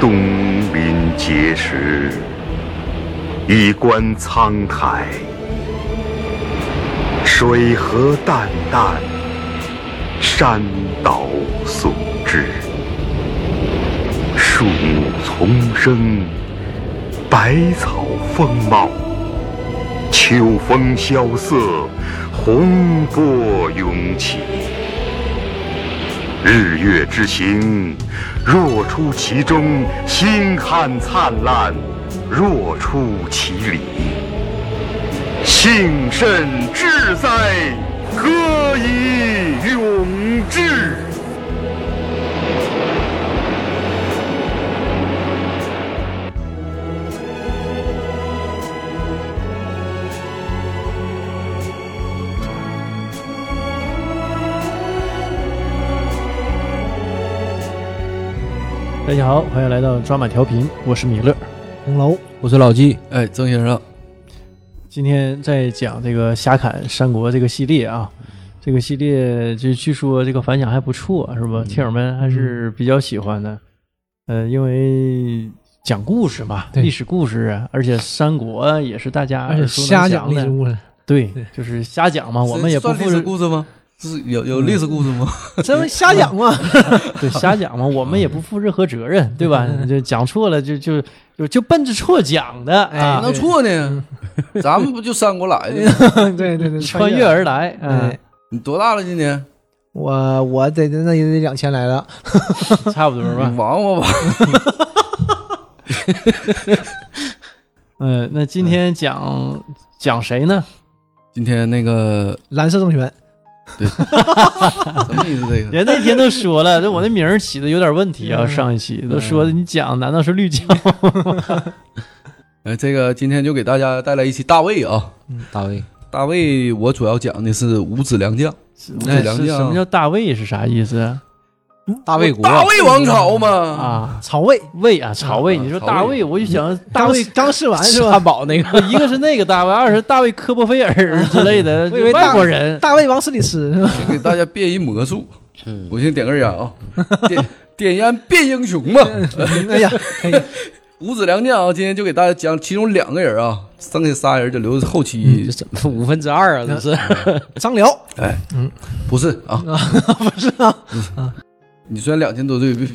东临碣石，以观沧海。水何澹澹，山岛竦峙。树木丛生，百草丰茂。秋风萧瑟，洪波涌起。日月之行，若出其中；星汉灿烂，若出其里。幸甚至哉，歌以咏志。大家好，欢迎来到抓马调频，我是米勒。红楼我是老纪，哎，曾先生，今天在讲这个《侠砍三国》这个系列啊，这个系列就据说这个反响还不错，是嗯吧？听友们还是比较喜欢的。呃，因为讲故事嘛，对历史故事啊，而且三国也是大家而且耳熟能瞎讲详历的史故事，对对，就是瞎讲啊嘛，我们也不算历负嗯史故事吗？是有有历史故事吗？这不瞎讲吗？ 对瞎讲嘛，我们也不负任何责任，对吧？嗯就讲错了就就就就奔着错讲的哎咋啊哎能，错呢？咱们不就三国来的？ 对对对，穿越而来，嗯哎，你多大了？今年？我我得那也得两千来了，差不多吧你。玩我吧。嗯，那今天讲讲谁呢？今天那个蓝色政权， 什么意思？嗯这个人那天都说 了，这我那名儿起的有点问题啊。上一期嗯都说你讲，难道是绿酱？哎，这个今天就给大家带来一期大卫啊。嗯大卫，大卫，我主要讲的是五子良 将，嗯五子哎良是将，什么叫大卫是啥意思大卫国，大卫王朝嗯嘛？啊？曹魏，魏嗯啊，曹魏，你说曹大魏卫，我就想大 大卫卫，刚试完是汉吧？堡那个， 一个是那个大卫，二是大卫科波菲尔之类的嗯 我以为大外国人。大卫往死里吃是吧？给大家变一魔术。嗯我先点根烟 啊，点点烟变英雄嘛。 哎 呀，哎呀五子良将啊，今天就给大家讲其中两个人啊，剩下仨人就留着后期嗯这。怎么五分之二啊？这是嗯 张辽，哎，不是啊， 不是啊，你虽然两千多 岁，别是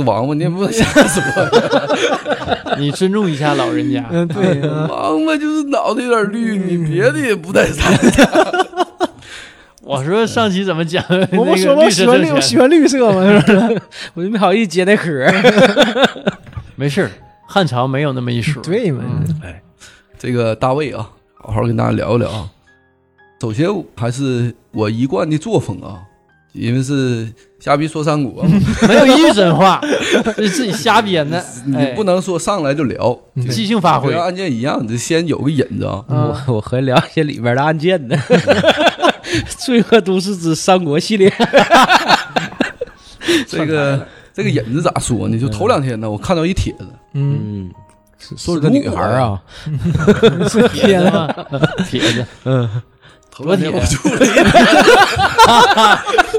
个王八，你也不能瞎说。你尊重一下老人家。嗯，对，嗯王八就是脑袋有点绿，你别的也不带啥。 我说上期怎么讲？ 我那不个说吗？绿我色喜欢政绿，权我喜欢绿色嘛，是不是？ 我就没好意思接那壳。没事儿，汉朝没有那么一说。 对嘛？嗯嗯哎这个大卫啊，好好跟大家聊一聊啊。首先还是我一贯的作风啊，因为是瞎逼说三国啊，没有一真 话，这是自己瞎编的。你不能能说上来就聊，即兴发挥啊跟。案件一样，你得先有个引子啊。啊我我和聊一些里边的 案件呢，《罪恶都市之三国》系列， 这个这个引子咋说呢？就头两天呢，我看到一帖子，嗯，嗯，是是个女孩啊，铁子嘛，啊 铁子头两天我就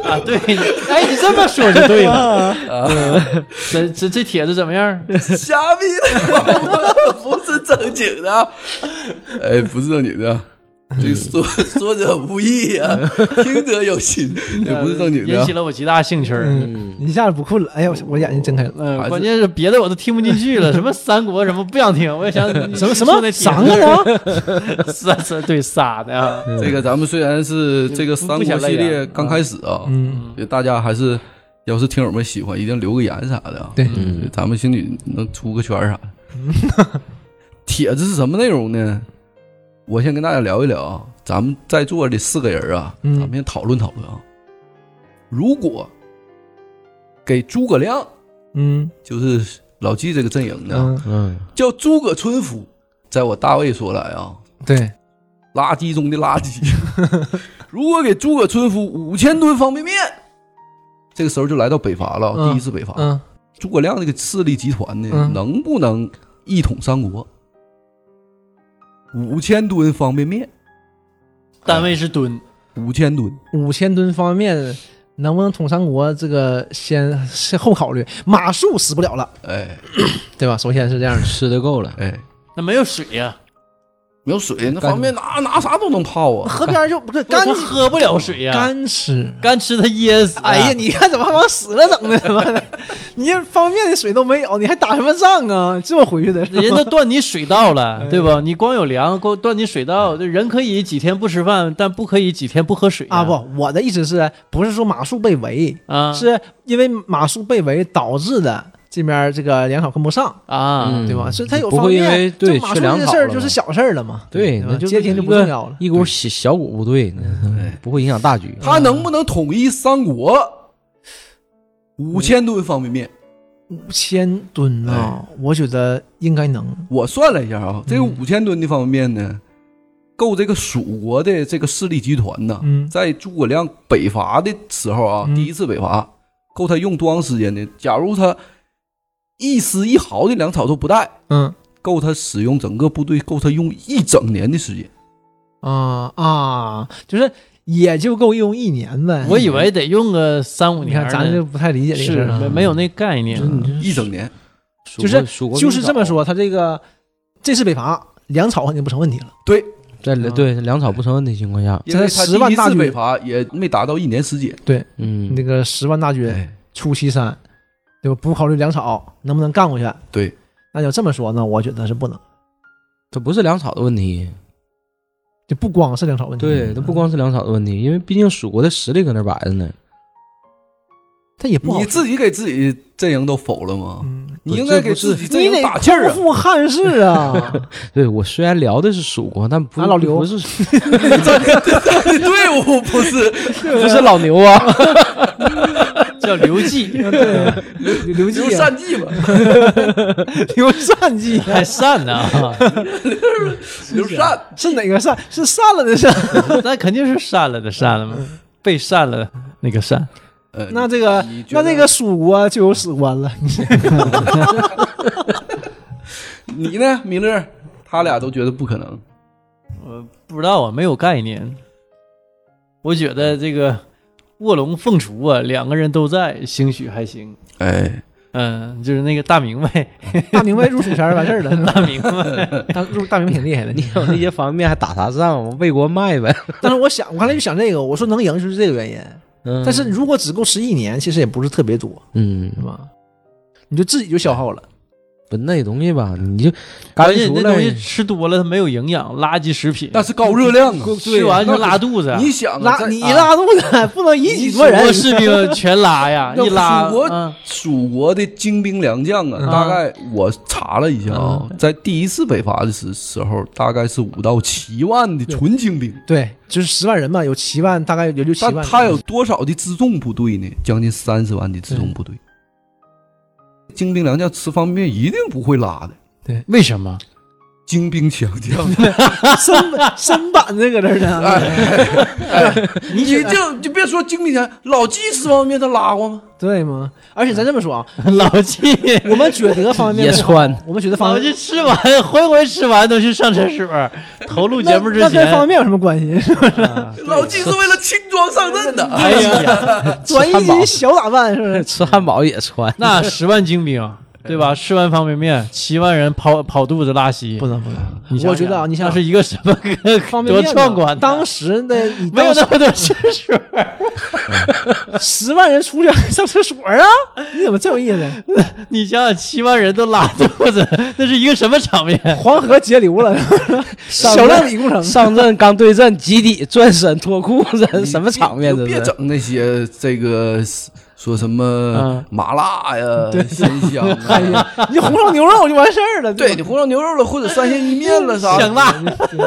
啊，对， 哎，你这么说就对啊了。嗯这这这帖子怎么样？瞎逼的， 不是正经的啊，哎，不是正经的啊。 这说说者无意啊，听者有心，也不是正经的引啊起。了我极大兴趣儿。嗯，一下子不困了，哎呀，我我眼睛睁开了，呃嗯，还是关键是别的我都听不进去了，什么三国什么不想听，我也 想什么什说那么帖三啊个子 撒呢？撒对撒的啊，这个咱们虽然是这个三国系列刚开始啊，嗯，也大家还是要是听友们喜欢，一定留个言啥的啊。对嗯咱们心里能出个圈儿啥的。 帖子是什么内容呢？我先跟大家聊一聊啊，咱们在座的四个人啊，嗯咱们先讨论讨论啊。如果给诸葛亮，嗯就是老纪这个阵营的，嗯，嗯，叫诸葛村夫，在我大卫说来啊，对，垃圾中的垃圾。 如果给诸葛村夫五千吨方便面，这个时候就来到北伐了啊，嗯第一次北伐。嗯，诸葛亮这个势力集团呢，嗯能不能一统三国？五千吨方便面，单位是吨，五千吨，五千吨方便面，能不能捅三国这个先先后考虑。马谡死不了了，哎对吧？首先是这样的，吃的够了，哎，那没有水啊呀、没有水，那方便拿拿啥都能泡啊。河边就不是干他喝不了水呀、干吃。干吃他噎死。啊哎呀，，你看怎么还往死了 整呢？妈的，你这方便的水都没有，你还打什么仗啊？这么回去的是吧 人都断你水道哎了，对吧？你光有粮，光断你水道，这人可以几天不吃饭，但不可以几天不喝水呀 啊？不，我的意思是不是说马谡被围，嗯啊，是因为马谡被围导致的这边这个粮草跟不上，啊，嗯对吧？所以他有不方会因便为，对这马缺谡粮这草事儿了就是嘛小事儿了嘛。对，吧那就接听一就不个重要了。一股小小股部队，那 不会影响大局。嗯他能不能统一三国？五千吨方便面，五千吨啊，我觉得应该能。我算了一下啊，这个嗯五千吨的方便面呢，够这个蜀国的这个势力集团呢，嗯在诸葛亮北伐的时候啊，嗯第一次北伐，够他用多长时间呢？假如他一丝一毫的粮草都不带，嗯够他使用整个部队，够他用一整年的时间。啊啊，就是也就够用一年呗。我以为得用个三五你年看呢，咱就不太理解这个事是儿啊没没有那概念啊就。你嗯一整年，蜀就国是蜀国就是兵这么少，说，他这个这次北伐粮草肯定不成问题了。对，在对粮草不成问题的情况下，因为他这才10万第一大次军北伐也没达到一年时间。嗯那，个十万大军哎，出祁山，对吧？不考虑粮草能不能干过去？对，那要这么说呢，我觉得是不能。这不是粮草的问题，就不光是粮草问题，对，这不光是粮草的问题，因为毕竟蜀国的实力搁那摆着呢。他也不好你自己给自己阵营都否了吗？嗯，你应该给自己阵营打气儿匡啊！复汉室啊！对我虽然聊的是蜀国，但不啊老刘不是 队伍不是 不是老牛啊，叫刘 季，刘刘季留啊，善计吧，刘善季啊，还善呢啊， 留善。 是啊哪个善？是善了的善。那肯定是善了的善了嘛，嗯被善了的那个善。呃那这个你觉那得这个蜀国就有史官了。你呢，米勒？他俩都觉得不可能。我不知道啊，没有概念。我觉得这个卧龙凤雏啊，两个人都在，兴许还行。哎，嗯，就是那个大明白，大明白入蜀山完事儿了， 大明白，大入大明白挺厉害的。你有那些方面还打啥仗？我为国卖呗。 但是我想，我刚才就想这个，我说能赢就是这个原因。但但是如果只够吃一年，其实也不是特别多，嗯，是吧？你就自己就消耗了。不那东西吧，你就而干且出那来东西吃多了它没有营养，垃圾食品，但是高热量啊！吃完就拉肚子啊。你想啊，拉在你一啊拉肚子，不能以己度人我。士兵 全拉呀，那一拉蜀国嗯蜀国的精兵良将啊，大概我查了一下啊，嗯在第一次北伐的时时候，大概是五到七万的纯精兵，对，就是十万人嘛，有七万，大概有六七但万。他有多少的辎重部队呢？将近三十万的辎重部队。精兵良将吃方便面一定不会拉的，为什么？精兵强 将， 身身板子搁这儿呢。你就就别说精兵强，老纪吃方便面他拉过吗？对吗？而且咱这么说啊，老纪， 我们觉得方便面也穿，我们觉得方老纪便吃完，回回吃完都去上厕所。头录节目之那那前跟，方便面有什么关系？老纪是为了轻装上阵的。哎呀，转一斤小打扮是不是？吃汉堡也 穿， 那十万精兵，对吧？吃完方便面，七万人跑跑肚子拉稀，不能不能，你想想我觉得啊你想那是一个什么个方便多面呢壮观？当时的 你没有当时那么多厕所，十万人出去上厕所啊？ 你怎么这有意思？你想想，七万人都拉肚子，那是一个什么场面？黄河截流 了，上小亮理工程上阵刚对阵，集体转身脱裤子，你什么别场面？就这别是整那些这个说什么嗯麻辣呀、鲜香啊，你红烧牛肉就完事儿了。对你吧红烧牛肉了，或者三鲜意面了啥，香辣，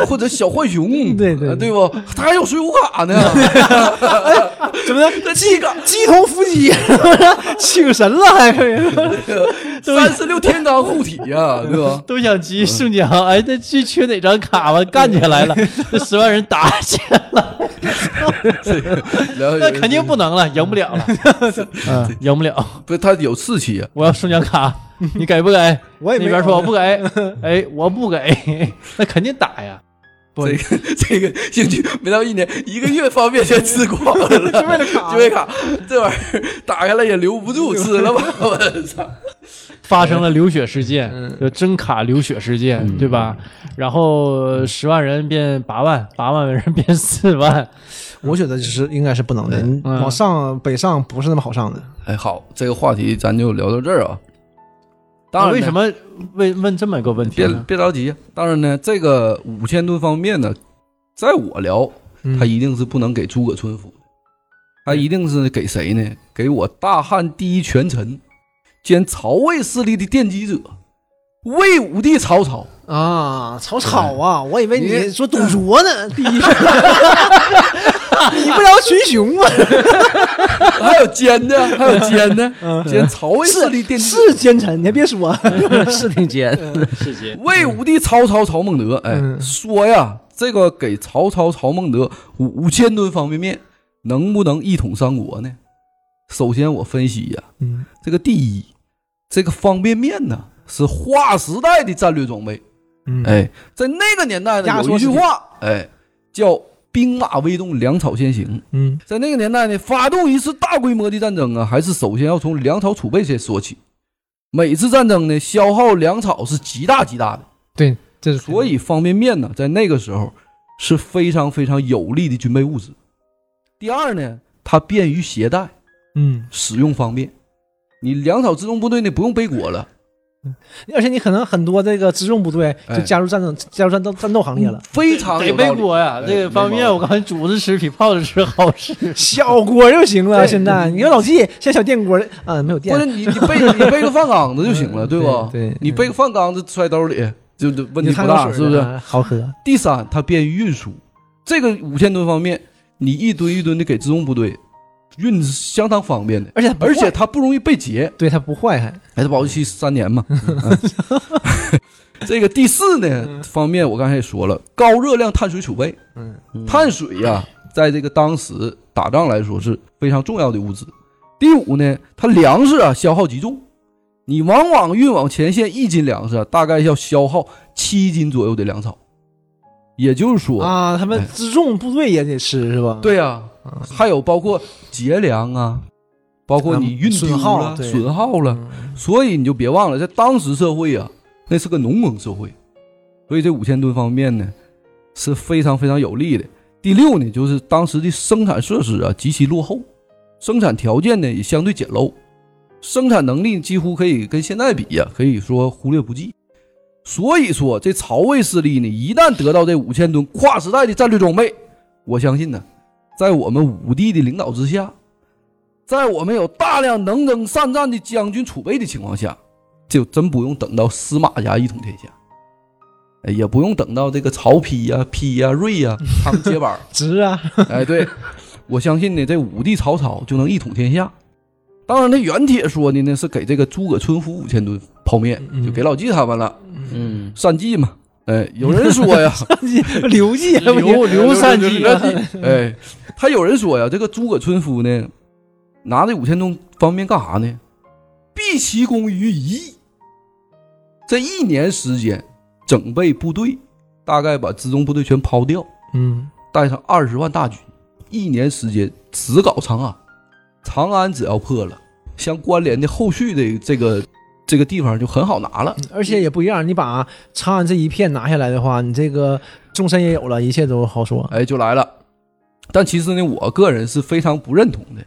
或者小浣熊，对对呃对不？他还有水浒卡呢，怎么的？鸡鸡同伏击，啊 请神了还可以。 三十六天罡护体呀，对吧？都想急宋江，哎，那这缺哪张卡吧？干起来了，这十万人打起来了，然后那肯定不能了，赢不了了，嗯，赢不了。不，他有士气啊，我要宋江卡，你给不给？我也那没边说有 我不给，哎，我不给，那肯定打呀。不这个这个兴趣没到一年，一个月方便全吃光了，就为了卡为卡，这玩意儿打开了也留不住，吃了吧，我操！发生了流血事件，就真卡流血事件，对吧？然后十万人变八万，八万人变四万，我觉得就是应该是不能的，你嗯往上北上不是那么好上的。哎，好，这个话题咱就聊到这儿啊。当那然呢，为什么问问这么一个问题别呢？别着急，啊当然呢，这个五千吨方便呢，在我聊，嗯他一定是不能给诸葛村夫的，他一定是给谁呢？给我大汉第一权臣，兼曹魏势力的奠基者，魏武帝曹操。 啊，曹操啊！我以为你你说董卓呢，第一， 比不了群雄吗？还有奸呢，还有奸嗯呢，奸曹魏势力 奠基是奸臣，你还别说，嗯是挺尖，世界魏武帝曹操曹孟德，哎，嗯说呀，这个给曹操曹孟德五千吨方便面，能不能一统三国呢？首先我分析呀，嗯这个第一，这个方便面呢是划时代的战略装备，嗯哎，在那个年代呢压缩有一句时间话，哎，叫兵马未动，粮草先行。嗯在那个年代呢，发动一次大规模的战争啊，还是首先要从粮草储备先说起。每次战争呢，消耗粮草是极大极大的，对，这是 所以方便面呢，在那个时候是非常非常有利的军备物资。第二呢，它便于携带，嗯，使用方便。你粮草自动部队呢，不用背锅了，而且你可能很多这个辎重部队就哎加入战争，加入战斗战斗行列了。非常得有背道理。 锅呀！这个方面，我告诉你，煮着吃比泡着吃好吃。小锅就行了，现在你看老纪现在小电锅，嗯，没有电或者，你你背你背个饭缸子就行了，对吧？ 对对你背个饭缸子揣兜里，就就问你题看不口大，水是不是？啊好喝？第三，它便于运输。这个五千吨方面，你一吨一吨的给自动部队运是相当方便的，而且它不而且坏它不容易被劫，对它不坏还，哎，它保质期三年 嘛。嗯这个第四呢方面，我刚才也说了，高热量碳水储备。嗯碳水呀、在这个当时打仗来说是非常重要的物资。第五呢，它粮食啊消耗极重，你往往运往前线一斤粮食啊，大概要消耗七斤左右的粮草。也就是说，啊，他们哎辎重部队也得吃是吧？，对呀、啊还有包括节粮啊，包括你运丢损耗了、对嗯损耗了，所以你就别忘了，在当时社会啊，那是个农耕社会，所以这五千吨方面呢是非常非常有利的。第六呢，就是当时的生产设施啊极其落后，生产条件呢也相对简陋，生产能力几乎可以跟现在比呀、可以说忽略不计。所以说，这曹魏势力呢，一旦得到这五千吨跨时代的战略装备，我相信呢，在我们武帝的领导之下，在我们有大量能征善战的将军储备的情况下，就真不用等到司马家一统天下，哎也不用等到这个曹丕呀、丕呀、瑞呀、他们接班儿。值啊，哎，对，我相信呢，这武帝曹操就能一统天下。当然，那原帖说的呢是给这个诸葛村夫五千吨泡面，就给老纪他们了，嗯，善计嘛。哎，有人说呀，刘季还不行刘刘三刘季刘三季哎，他有人说呀，这个诸葛村夫呢，拿这五千吨方便面干啥呢？毕其功于一役。这一年时间，整备部队，大概把辎重部队全抛掉，嗯，带上二十万大军，一年时间只搞长安。长安只要破了，相关联的后续的这个这个地方就很好拿了。而且也不一样，你把长安这一片拿下来的话，你这个中山也有了，一切都好说。哎，就来了。但其实呢，我个人是非常不认同的，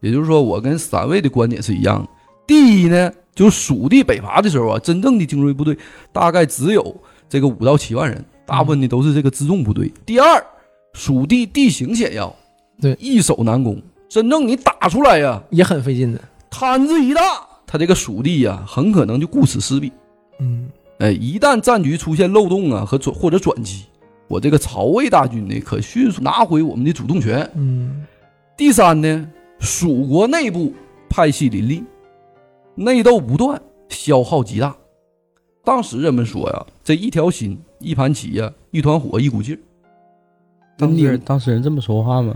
也就是说，我跟三位的观点是一样的。第一呢，就是蜀地北伐的时候啊，真正的精锐部队大概只有这个五到七万人，大部分呢都是这个辎重部队。第二，蜀地地形险要，对易守难攻，真正你打出来呀、也很费劲的。摊子一大，他这个蜀地呀、很可能就顾此失彼。嗯，哎，一旦战局出现漏洞啊和转或者转机，我这个曹魏大军呢可迅速拿回我们的主动权。嗯，第三呢，蜀国内部派系林立，内斗不断，消耗极大。当时人们说呀，这一条心、一盘棋呀、一团火、一股劲儿。当你事当事人这么说话吗？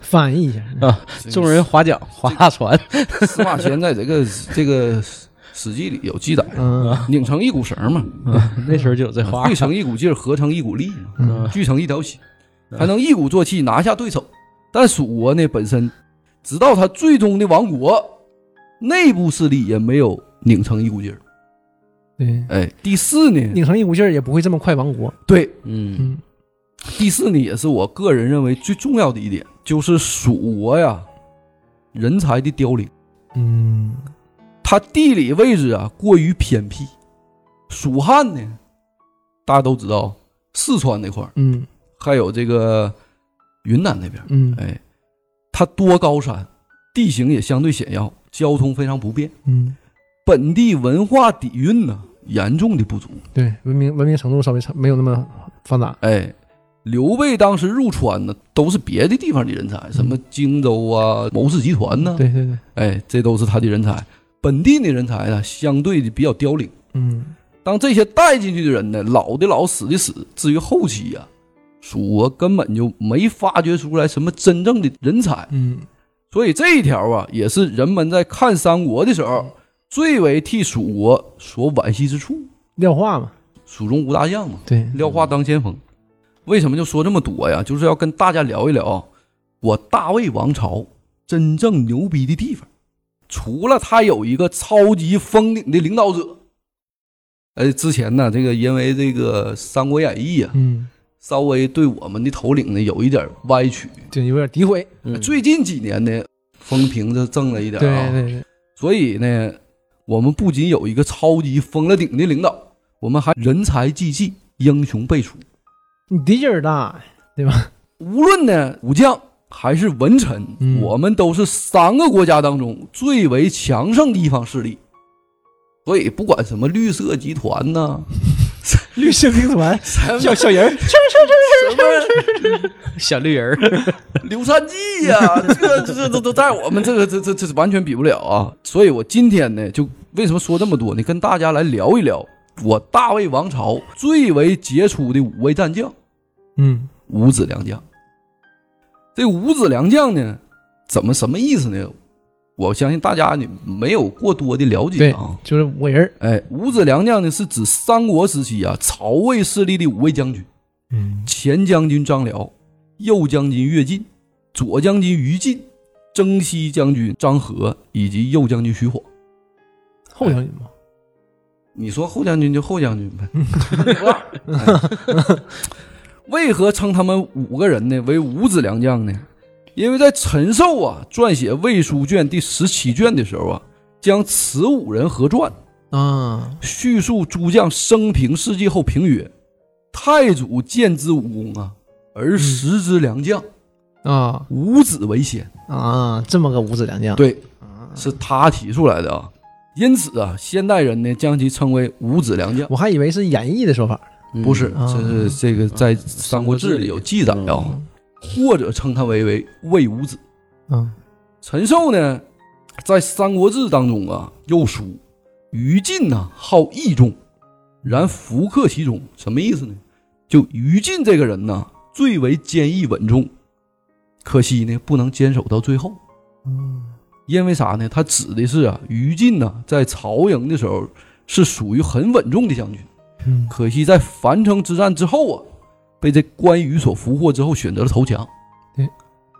翻译一下，啊，众人划桨划大船，司马迁在这个这个史记》里有记载，嗯，拧成一股绳嘛，那时候就有这话汇，成一股劲儿，合成一股力嘛，嗯 聚成一条心，才能一鼓作气拿下对手。但蜀国呢本身，直到他最终的亡国，内部势力也没有拧成一股劲儿。对，哎，第四呢，拧成一股劲儿也不会这么快亡国。对，嗯嗯第四呢也是我个人认为最重要的一点，就是蜀国呀，人才的凋零。嗯它地理位置啊过于偏僻。蜀汉呢，大家都知道，四川那块儿嗯还有这个云南那边儿，嗯哎，它多高山，地形也相对险要，交通非常不便，嗯，本地文化底蕴呢严重的不足。对，文明文明程度稍微差，没有那么发达。哎，刘备当时入川呢，都是别的地方的人才，什么荆州啊、谋氏集团呐、对对对，哎，这都是他的人才。本地的人才呢，相对的比较凋零。嗯当这些带进去的人呢，老的老，死的死。至于后期呀、蜀国根本就没发掘出来什么真正的人才，嗯所以这一条啊，也是人们在看三国的时嗯候最为替蜀国所惋惜之处。廖化嘛，蜀中无大将嘛，对，廖化当先锋。为什么就说这么多呀？就是要跟大家聊一聊我大魏王朝真正牛逼的地方。除了他有一个超级封顶的领导者，呃，之前呢，这个因为这个《三国演义》啊，嗯稍微对我们的头领呢有一点歪曲。就有点诋毁。嗯最近几年呢，风评就正了一点对啊。对对，所以呢，我们不仅有一个超级封了顶的领导，我们还人才济济，英雄辈出。你敌劲儿大，无论呢武将还是文臣，嗯我们都是三个国家当中最为强盛的一方势力。所以不管什么绿色集团呐、绿色兵团小小人儿，小绿人儿，刘三记呀、这这这这都在我们这个这这这完全比不了啊！所以我今天呢，就为什么说这么多呢？跟大家来聊一聊我大魏王朝最为杰出的五位战将嗯五子良将。这五子良将呢，怎么什么意思呢？我相信大家你没有过多的了解对啊。，就是五个人儿。哎，五子良将呢是指三国时期啊曹魏势力的五位将军：嗯前将军张辽，右将军乐进，左将军于禁，征西将军张合以及右将军徐晃。后将军嘛，你说后将军就后将军呗，不辣哎 为何称他们五个人呢为五子良将呢？因为在陈寿啊撰写《魏书》卷第十七卷的时候啊，将此五人合传，啊，叙述诸将生平事迹后评曰：“太祖见之武功啊，而识之良将，啊五子为先。”啊，这么个五子良将。对，是他提出来的啊。因此啊，现代人呢将其称为五子良将，我还以为是演绎的说法，不是，啊这是这个在《三国志》里有记载啊，或者称他为为魏五子。嗯陈寿呢，在《三国志》当中啊，又书于禁呢好义重，然福克其中，什么意思呢？就于禁这个人呢，最为坚毅稳重，可惜呢不能坚守到最后。嗯因为啥呢？他指的是啊，于禁呢在曹营的时候是属于很稳重的将军，嗯可惜在樊城之战之后啊，被这关羽所俘获之后选择了投降，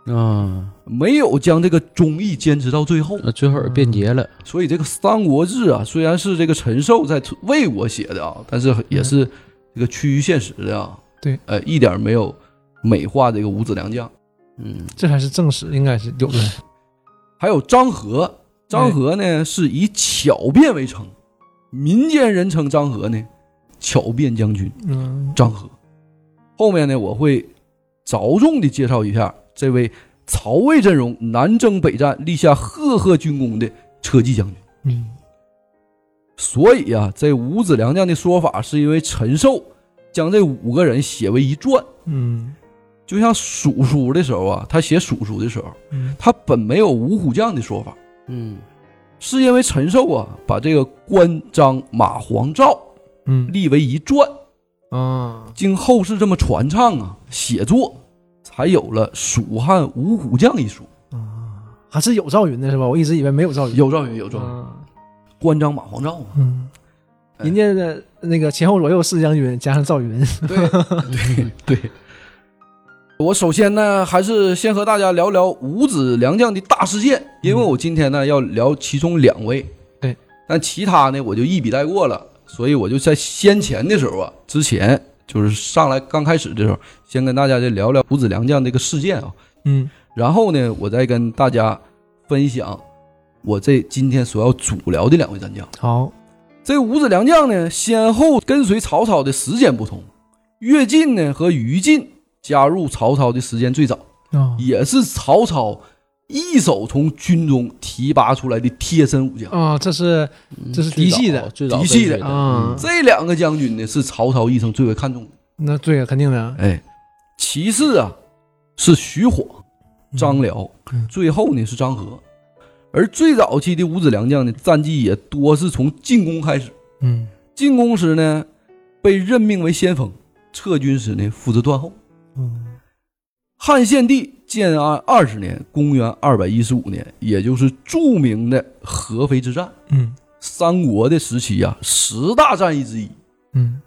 啊，没有将这个忠义坚持到最后。那最后变节了，所以这个《三国志》啊，虽然是这个陈寿在魏国写的啊，但是也是这个趋于现实的啊。对，呃，一点没有美化这个五子良将。嗯这才是正史，应该是有的。还有张合，张合呢是以巧辩为称，民间人称张合呢巧辩将军嗯，张合。后面呢我会着重的介绍一下这位曹魏阵容南征北战立下赫赫军功的车骑将军。嗯所以啊，这五子良将的说法是因为陈寿将这五个人写为一传，嗯就像蜀书的时候啊，他写蜀书的时候，嗯他本没有五虎将的说法。嗯是因为陈寿啊，把这个关张马黄赵嗯立为一传，嗯啊，经后世这么传唱啊，写作，才有了《蜀汉五虎将》一书。啊还是有赵云的是吧？我一直以为没有赵云。有赵云，有赵云。啊关张马皇照嘛，人家的那个前后左右四将军加上赵云，对 对对。我首先呢，还是先和大家聊聊五子良将的大事件，因为我今天呢要聊其中两位，对，但其他呢我就一笔带过了，所以我就在先前的时候啊，之前就是上来刚开始的时候，先跟大家再聊聊五子良将这个事件啊，嗯然后呢，我再跟大家分享我这今天所要主聊的两位战将。好，这五子良将呢，先后跟随曹操的时间不同，乐进呢和于禁加入曹操的时间最早，哦也是曹操一手从军中提拔出来的贴身武将。哦，这是这是嫡系的最早嫡系的跟随啊，这两个将军呢，是曹操一生最为看重的。那对啊，肯定的，哎，其次啊是徐晃、张辽，最后呢是张合。而最早期的五子良将呢，战绩也多是从进攻开始。嗯进攻时呢，被任命为先锋；撤军时呢，负责断后。嗯汉献帝建安二十年（公元二百一十五年），也就是著名的合肥之战，嗯三国的时期啊，十大战役之一。嗯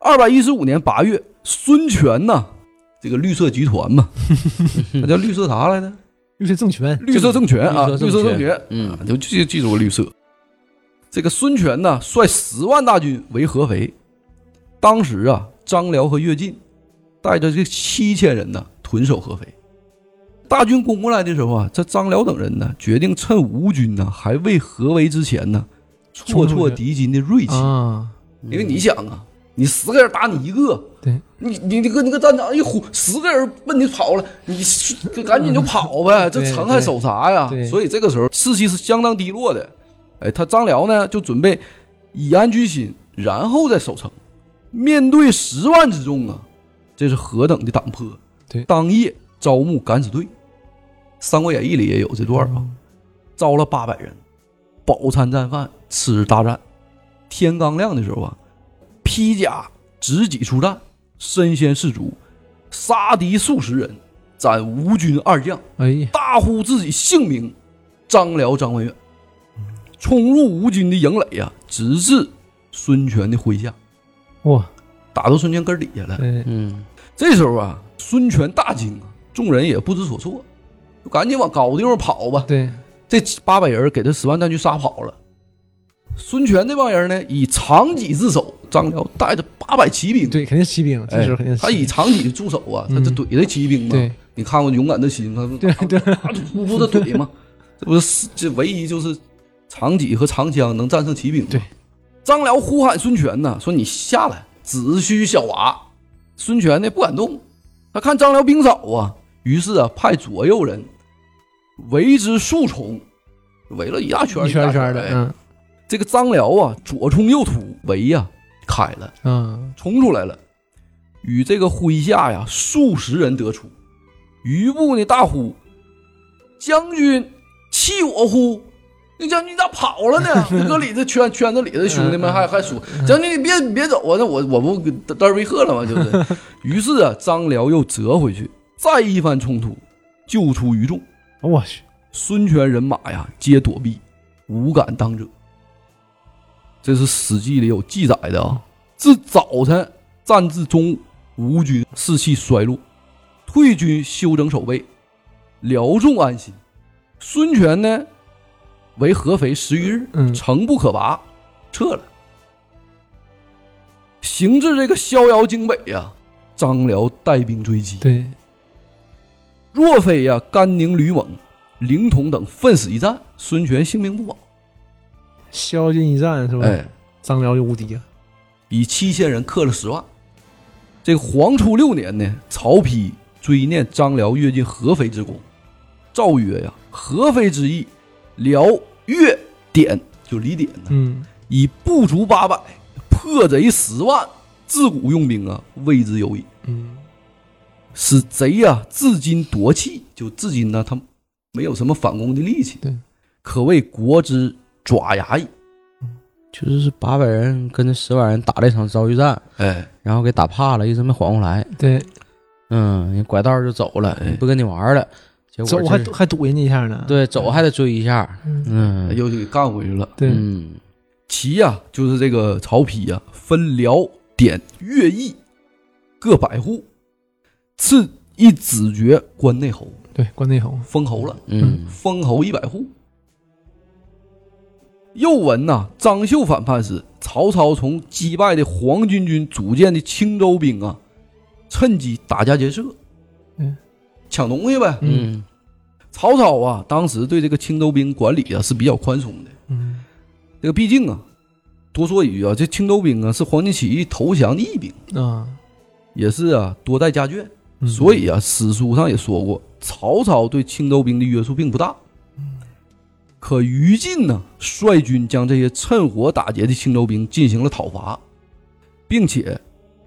二百一十五年八月，孙权呐、这个绿色集团嘛， 那叫绿色啥来着？又是政权，绿色政权啊，绿色绿政色政权权，嗯啊，就记记住绿色。这个孙权呢，率十万大军围合肥，当时啊，张辽和乐进带着这七千人呢，屯守合肥。大军攻过来的时候啊，这张辽等人呢，决定趁吴军呢还未合围之前呢，挫冲出挫去敌军的锐气。啊，因为你想啊，你十个人打你一个，对，你你那个那个战场一虎，十个人奔你跑了，你是赶紧就跑呗，这对城还守啥呀对？对所以这个时候士气是相当低落的。哎，他张辽呢就准备以安居心，然后再守城。面对十万之众啊，这是何等的胆魄！对当夜招募敢死队，《三国演义》里也有这段啊，招了八百人，饱餐战饭，吃大战。天刚亮的时候啊，披甲执戟出战，身先士卒，杀敌数十人，斩吴军二将，哎呀，大呼自己姓名张辽、张文远，冲入吴军的营垒啊，直至孙权的麾下，哇，打到孙权根儿底下了。对，嗯，这时候啊，孙权大惊啊，众人也不知所措，就赶紧往高地方跑吧。对，这八百人给他十万战军杀跑了。孙权这帮人呢，以长戟自守，张辽带着八百骑兵，哎对，肯定是骑兵，这时候肯定是他以长戟驻守啊，他嗯这怼着骑兵嘛。对你看过《勇敢的心》，他不对对啊就噗噗的怼嘛，这不是这唯一就是长戟和长枪能战胜骑兵吗。对张辽呼喊孙权呐，说你下来，只需小娃。孙权呢不敢动，他看张辽兵少啊，于是啊派左右人围之数重，围了一大圈一圈一大圈的，哎嗯这个张辽啊，左冲右突，围呀、开了，嗯，冲出来了，与这个麾下呀数十人得出。余部呢大呼：“将军弃我乎？”那将军咋跑了呢？那搁里头圈圈子里头兄弟们还还说：“将军你别你别走啊！那我我不给德尔维克了吗？就是。”于是啊，张辽又折回去，再一番冲突，救出余众。我去，孙权人马呀，皆躲避，无敢当者。这是《史记》里有记载的啊。自早晨战至中午，吴军士气衰落，退军休整守备，辽众安心。孙权呢，为合肥十余日，嗯城不可拔，撤了。行至这个逍遥京北呀、张辽带兵追击，对，若非呀、甘宁、吕蒙、凌统等奋死一战，孙权性命不保。萧军一战是吧？哎，张辽就无敌了，啊以七千人克了十万。这个黄初六年呢，曹丕追念张辽跃进合肥之功，诏曰呀：“合肥之役，辽、越、典就李典呢，嗯，以不足八百，破贼十万，自古用兵啊，谓之有矣。”嗯，使贼呀、至今夺气，就至今呢，他没有什么反攻的力气，对，可谓国之爪牙矣。就是是八百人跟着十万人打了一场遭遇战，哎，然后给打怕了，一直没缓过来，对，嗯，人拐道儿就走了，哎不跟你玩儿了，结果走这还是还堵人家一下呢，对走还得追一下，嗯，哎又给干回去了。对，嗯，齐呀、就是这个曹丕呀、分辽、典、乐毅各百户，赐一子爵关内侯，对，关内侯，封侯了。嗯，封侯一百户。又闻呐、张绣反叛时，曹操从击败的黄巾军组建的青州兵啊，趁机打家劫舍，嗯，抢东西呗。嗯曹操啊，当时对这个青州兵管理啊是比较宽松的。嗯这个毕竟啊，多说一句啊，这青州兵啊是黄巾起义投降的义兵，嗯啊，也是啊多带家眷，嗯所以啊，史书上也说过，曹操对青州兵的约束并不大。可于禁呢，率军将这些趁火打劫的青州兵进行了讨伐，并且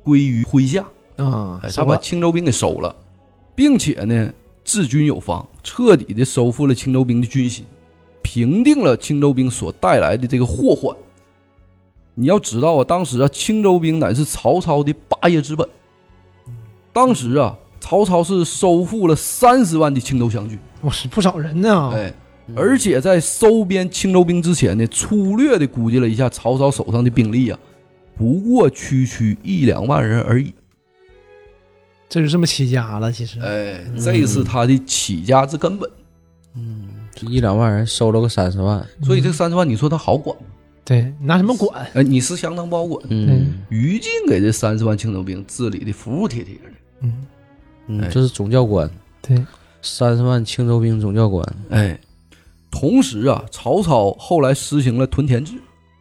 归于麾下，啊哎，，他什把么青州兵给收了，并且呢治军有方，彻底的收复了青州兵的军心，平定了青州兵所带来的这个祸患。你要知道啊，当时啊，青州兵乃是曹操的霸业之本。当时啊，曹操是收复了三十万的青州降军，我是不少人呢，哎，而且在收编青州兵之前呢，粗略的估计了一下曹操手上的兵力啊，不过区区一两万人而已。这就这么起家了。其实，哎，这是他的起家之根本。这一两万人收了个三十万，所以这三十万，你说他好管吗？对，拿什么管？哎，你是相当不好管。嗯，于禁给这三十万青州兵治理的服服帖帖的。嗯，嗯哎这是总教官，对，三十万青州兵总教官，哎，同时啊，曹操后来实行了屯田制，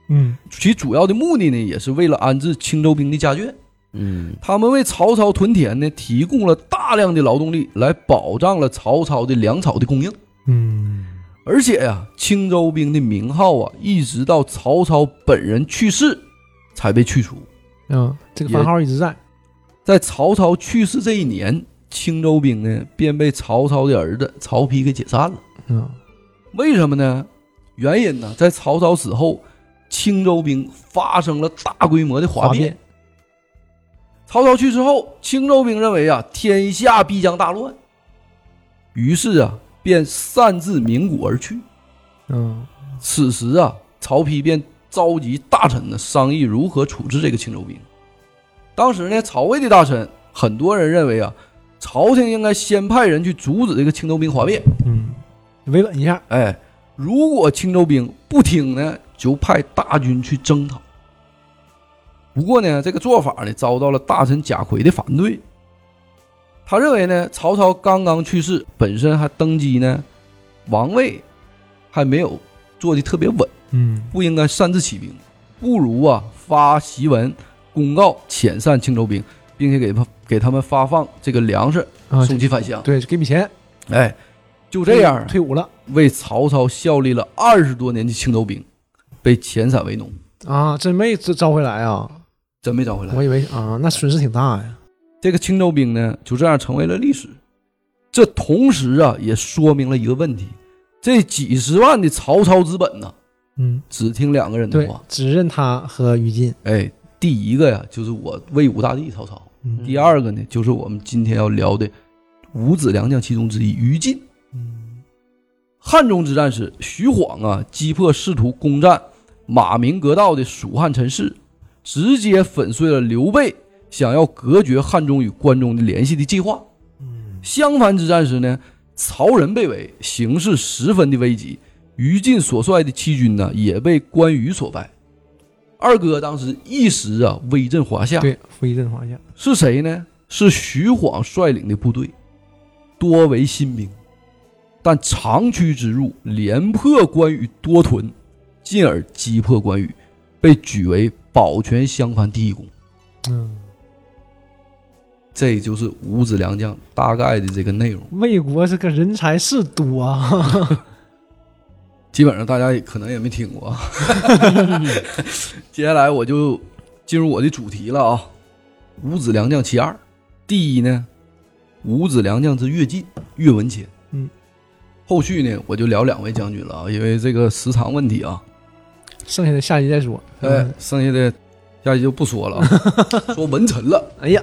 嗯其主要的目的呢，也是为了安置青州兵的家眷。嗯他们为曹操屯田呢，提供了大量的劳动力，来保障了曹操的粮草的供应。嗯而且呀、青州兵的名号啊，一直到曹操本人去世才被去除。啊，这个番号一直在。在曹操去世这一年，青州兵呢便被曹操的儿子曹丕给解散了。嗯为什么呢？原因呢，在曹操死后，青州兵发生了大规模的哗哗变。变曹操去世后，青州兵认为啊，天下必将大乱，于是啊，便擅自鸣鼓而去。嗯此时啊，曹丕便召集大臣呢商议如何处置这个青州兵。当时呢，曹魏的大臣很多人认为啊，朝廷应该先派人去阻止这个青州兵哗变。嗯维稳一下，哎，如果青州兵不听呢，就派大军去征讨。不过呢，这个做法呢遭到了大臣贾逵的反对。他认为呢，曹操刚刚去世，本身还登基呢，王位还没有做的特别稳。嗯不应该擅自起兵，不如啊发檄文公告遣散青州兵，并且给他给他们发放这个粮食，啊，送其返乡。对，给笔钱，哎，就这样退伍了为曹操效力了二十多年的青州兵，被遣散为农，啊，真没招招回来啊！真没找回来我。以为啊，那损失挺大呀。这个青州兵呢，就这样成为了历史。这同时啊，也说明了一个问题：这几十万的曹操资本呢，嗯只听两个人的对话。，只认他和于禁。哎，第一个呀，就是我魏武大帝曹操。嗯第二个呢，就是我们今天要聊的五子良将其中之一于禁。嗯汉中之战时，徐晃啊击破试图攻占马鸣格道的蜀汉陈氏，直接粉碎了刘备想要隔绝汉中与关中的联系的计划。嗯襄樊之战时呢，曹仁被围，形势十分的危急。于禁所率的七军呢，也被关羽所败。二哥当时一时啊，威震华夏。对，负一阵华夏，是谁呢？是徐晃率领的部队，多为新兵，但长驱直入，连破关羽多屯，进而击破关羽，被举为保全襄樊第一功。嗯，这就是五子良将大概的这个内容，魏国这个人才是多啊， 基本上大家也可能也没听过。 啊。接下来我就进入我的主题了啊，五子良将其二，第一呢，五子良将之乐进乐文谦。嗯，后续呢我就聊两位将军了啊，因为这个时长问题啊，剩下的下集再说。嗯哎，剩下的下集就不说了啊，说文臣了，哎呀，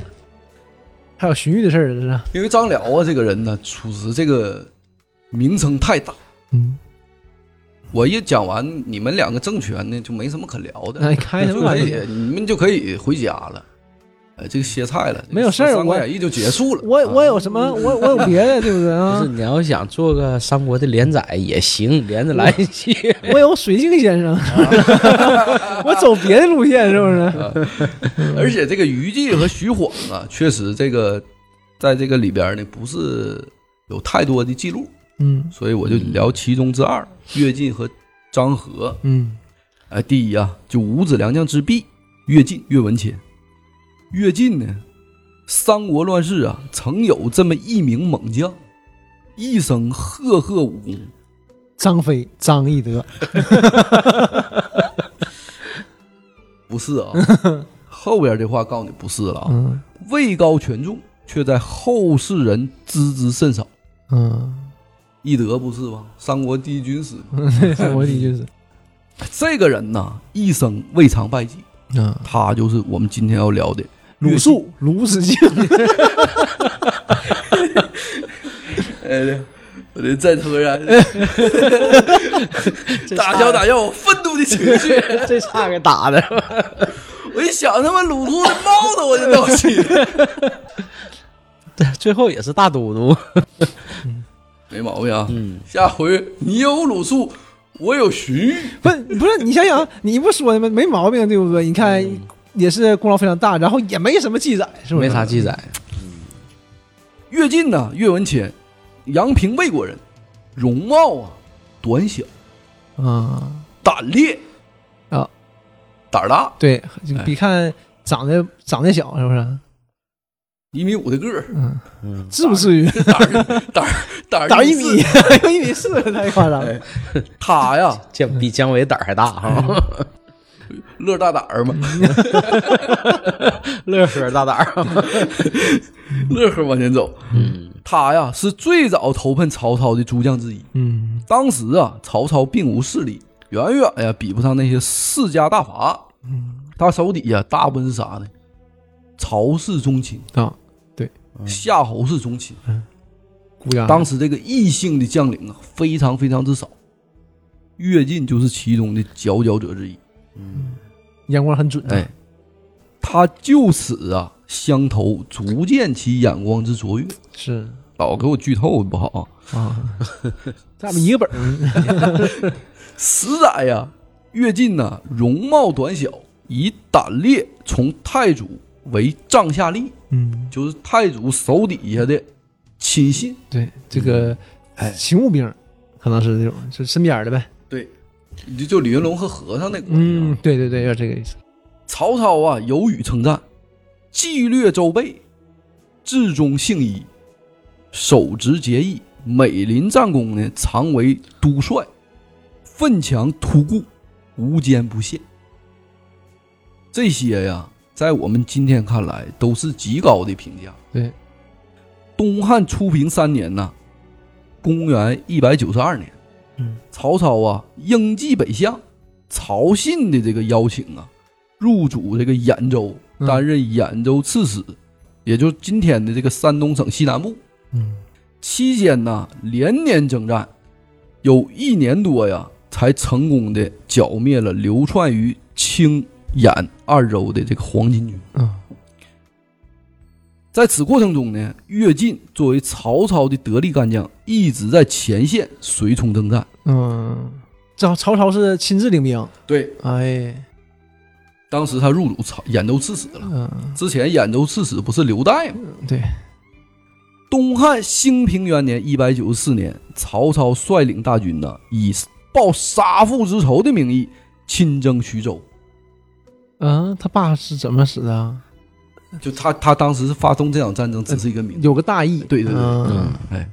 还有荀彧的事儿这是。因为张辽啊这个人呢，属实这个名声太大，嗯我一讲完，你们两个政权呢就没什么可聊哎的，嗯那你开什么玩就笑可？以你们就可以回家了。呃，这个歇菜了，没有事儿这个三国我演义》就结束了。我我有什么？我我有别的，对不对不 啊是？你要想做个三国的连载也行，连着来一 期。 啊我有水镜先生， 我走别的路线是不嗯是？而且这个于季和徐晃啊，确实这个在这个里边呢，不是有太多的记录，嗯所以我就聊其中之二：乐进和张合。嗯呃，第一啊，就五子良将之弊，乐进、乐文谦。乐进呢，三国乱世啊，曾有这么一名猛将，一生赫赫武功，张飞、张翼 德，不是啊， 后边这话告诉你不是了啊，嗯位高权重，却在后世人知之甚少。嗯， 翼德不是吧？三国第一军师，三国第一军师，这个人呐，一生未尝败绩，嗯，他就是我们今天要聊的鲁肃、鲁子敬，哎，我这再突然打消打消我愤怒的情绪。这差给打的，我一想他妈鲁肃的帽子，我就闹气。最后也是大都督。没毛病啊，嗯，下回你有鲁肃，我有荀彧，不是不是，你想想，你不说的吗？没毛病，对不对？你看也是功劳非常大，然后也没什么记载，是不是？ 没啥记 载，乐进呐，乐文谦，阳平魏国人，容貌啊短小，啊。胆烈啊，胆儿大，对，就哎比看长得长得小是不是？一米五的个儿，嗯，嗯，至不至于 胆儿胆儿胆儿打一一四米，有一米 四太夸张了。哎 他呀，姜比姜维胆儿还大哈，乐大胆儿嘛，嗯乐 呵大胆儿。乐呵往前走。嗯，他呀是最早投奔曹操的诸将之一。嗯当时啊，曹操并无势力，远远呀比不上那些世家大阀。嗯他手底下大部分是啥呢？曹氏宗亲，啊，夏侯氏宗亲。姑娘，当时这个异姓的将领啊，非常非常之少。乐进就是其中的佼佼者之一。眼光很准的。哎，他就此啊相投，逐渐其眼光之卓越。是老给我剧透不好啊！啊，咱们一个本儿。实在呀，乐进呢容貌短小，以胆烈从太祖为帐下吏，嗯，就是太祖手底下的亲信。对，这个哎勤务兵可能是这种，是身边的呗。对，就就李云龙和和尚那关系、啊。嗯，对对对，有点这个意思。曹操啊有语称赞，计略周备，至忠信义，守直节义。每临战功呢，常为都帅，奋强突固，无坚不懈。这些呀，在我们今天看来都是极高的评价。对，东汉初平三年呐，公元一百九十二年，嗯，曹操啊应冀北向，曹信的这个邀请啊，入主这个兖州，嗯担任兖州刺史，也就是今天的这个山东省西南部。嗯，期间呢，连年征战，有一年多呀，才成功的剿灭了流窜于清兖二州的这个黄巾军。啊，在此过程中呢，乐进作为曹操的得力干将，一直在前线随从征战。嗯，这曹操是亲自领兵。对，哎，当时他入主曹兖州刺史了。嗯，之前兖州刺史不是刘岱吗？对，东汉兴平元年一百九十四年，曹操率领大军呢，以报杀父之仇的名义亲征徐州。嗯，他爸是怎么死的啊？就他他当时是发动这场战争，只是一个名字。有个大义。对对对嗯哎，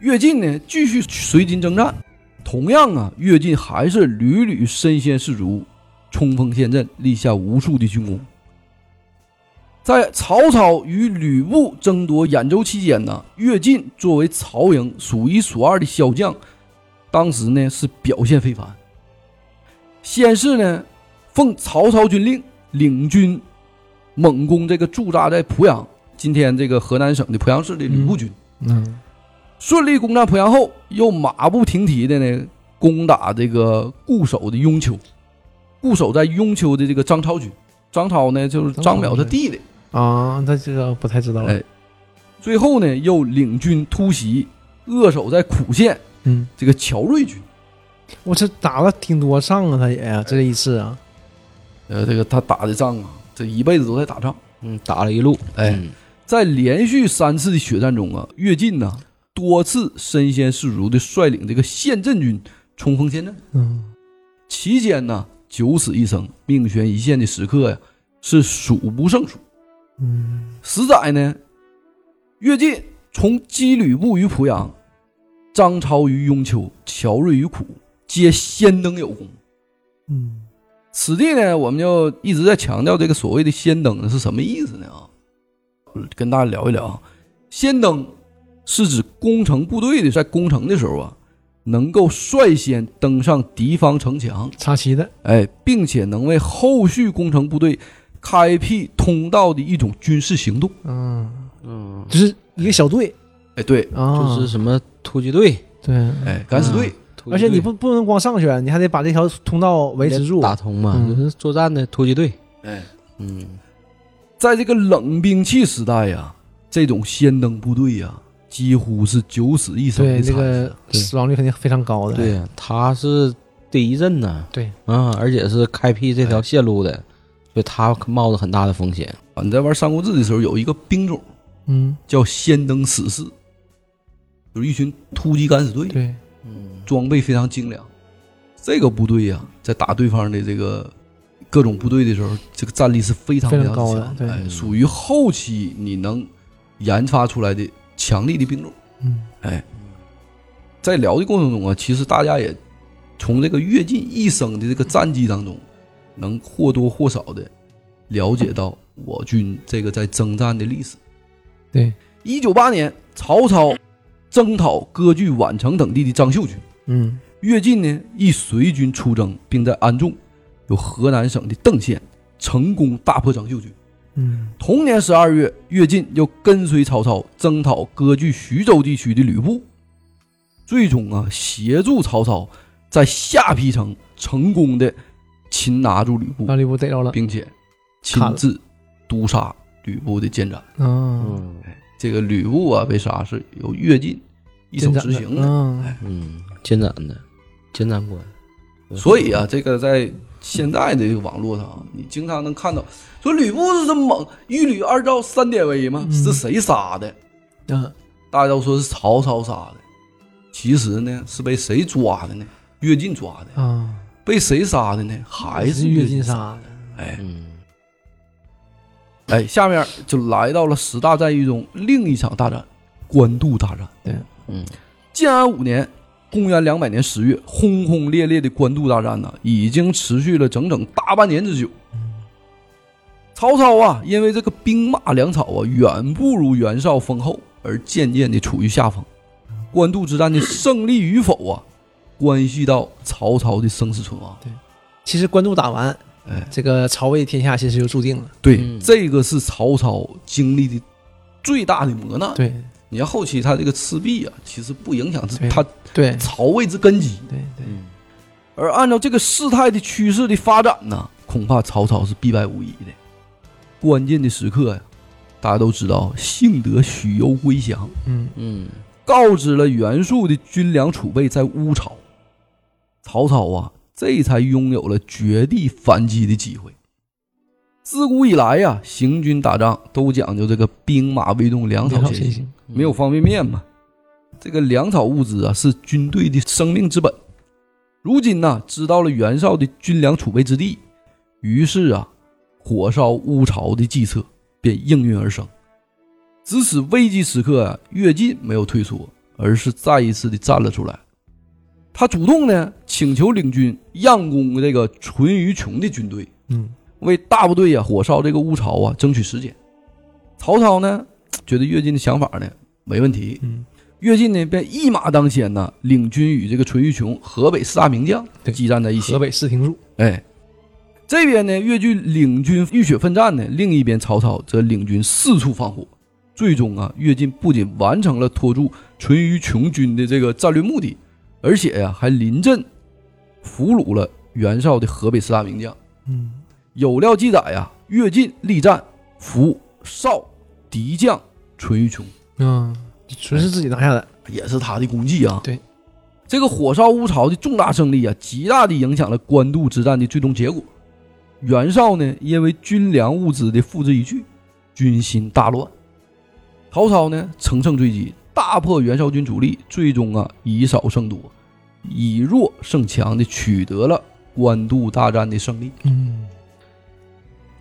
乐进呢继续随军征战，同样啊，乐进还是屡屡身先士卒，冲锋陷阵，立下无数的军功。在曹操与吕布争夺兖州期间呢，乐进作为曹营数一数二的骁将，当时呢是表现非凡。先是呢，奉曹操军令，领军猛攻这个驻扎在濮阳（今天这个河南省的濮阳市）的吕布军。嗯顺利攻占濮阳后，又马不停蹄的呢，攻打这个固守的雍丘。固守在雍丘的这个张超军，张超呢就是张淼他弟弟。啊，他这个不太知道了哎。最后呢，又领军突袭，扼守在苦县嗯，这个乔瑞军。我这打了挺多仗啊，他也呀，这一次啊，呃，这个他打的仗啊，这一辈子都在打仗。嗯，打了一路，哎嗯，在连续三次的血战中啊，乐进呢多次身先士卒的率领这个县镇军冲锋陷阵，嗯，期间呢九死一生、命悬一线的时刻呀、是数不胜数。嗯，十载呢，乐进从羁旅部于濮阳，张超于雍丘，乔瑞于苦，皆先登有功。嗯，此地呢，我们就一直在强调这个所谓的先登呢是什么意思呢？啊，跟大家聊一聊啊。先登是指攻城部队的在攻城的时候啊，能够率先登上敌方城墙，插旗的，哎，并且能为后续攻城部队开辟通道的一种军事行动。嗯，嗯，就是一个小队哎，对，啊，就是什么突击队，嗯对，哎，敢死队，突击队而且你不不能光上去，啊你还得把这条通道维持住。打通嘛，嗯就是作战的突击队，哎，嗯，在这个冷兵器时代呀，这种先登部队呀，几乎是九死一生对，的这惨死个死亡率肯定非常高的。对，呀，他是第一阵呐，对啊，而且是开辟这条线路的，所以他冒着很大的风险，啊，你在玩《三国志》的时候，有一个兵种嗯，叫“先登死士”，就是一群突击敢死队，对，嗯，装备非常精良。这个部队呀、在打对方的这个各种部队的时候，这个战力是非常非常常高的强对哎，属于后期你能研发出来的强力的兵种。嗯，在聊的过程中啊，其实大家也从这个乐进一生的这个战绩当中，能或多或少的了解到我军这个在征战的历史。对，一九八年，曹操征讨割据宛城等地的张绣军，嗯，乐进呢亦随军出征，并在安众（有河南省的邓县）成功大破张绣军。嗯，同年十二月，乐进又跟随曹操征讨割据徐州地区的吕布，最终啊协助曹操在下邳城成功的擒拿住吕布嗯把，吕布逮着了。并且亲自毒杀吕布的舰长。嗯，嗯这个吕布啊被杀是由乐进一手执行的，嗯，嗯，监斩的，监斩官，所以啊，这个在现在的网络上啊，你经常能看到说吕布是这么猛，一吕二赵三典韦吗？嗯是谁杀的？嗯，大家都说是曹操杀的，其实呢是被谁抓的呢？乐进抓的，啊，被谁杀的呢？还是越乐进进杀。杀的。哎嗯，哎，下面就来到了十大战役中另一场大战——官渡大战。对，嗯，建安五年，公元两百年十月，轰轰烈烈的官渡大战呢，已经持续了整整大半年之久。曹操啊，因为这个兵马粮草啊远不如袁绍丰厚，而渐渐的处于下风。官渡之战的胜利与否啊，关系到曹操的生死存亡。其实官渡打完，哎，这个曹魏天下其实就注定了。对，嗯这个是曹操经历的最大的磨难。对，你看后期他这个赤壁啊，其实不影响对他对，曹魏之根基。嗯对，对，而按照这个事态的趋势的发展呢，恐怕曹操是必败无疑的。关键的时刻呀，大家都知道，幸得许攸归降，嗯，嗯，告知了袁术的军粮储备在乌巢。曹操啊，这才拥有了绝地反击的机会。自古以来呀，行军打仗都讲究这个兵马未动，粮草好先前行。行。没有方便面嘛。这个粮草物资啊，是军队的生命之本。如今呢、知道了袁绍的军粮储备之地，于是啊，火烧乌巢的计策便应运而生。值此危机时刻啊，乐进没有退缩，而是再一次的站了出来。他主动呢请求领军让攻这个淳于琼的军队，嗯，为大部队呀、啊火烧这个乌巢啊争取时间。曹操呢觉得乐进的想法呢没问题，嗯，乐进呢便一马当先呢，领军与这个淳于琼、河北四大名将对激战在一起河。北四庭树。哎，这边呢越剧领军浴血奋战呢，另一边曹操则领军四处放火。最终啊，乐进不仅完成了拖住淳于琼军的这个战略目的，而且呀、还临阵俘虏了袁绍的河北十大名将。嗯有料记载呀，乐进力战俘绍敌将淳于琼，嗯纯是自己拿下的，也是他的功绩啊。对，这个火烧乌巢的重大胜利啊，极大地影响了官渡之战的最终结果。袁绍呢，因为军粮物资的付之一炬，军心大乱。曹操呢，乘胜追击，大破袁绍军主力，最终啊以少胜多，以弱胜强的取得了官渡大战的胜利。嗯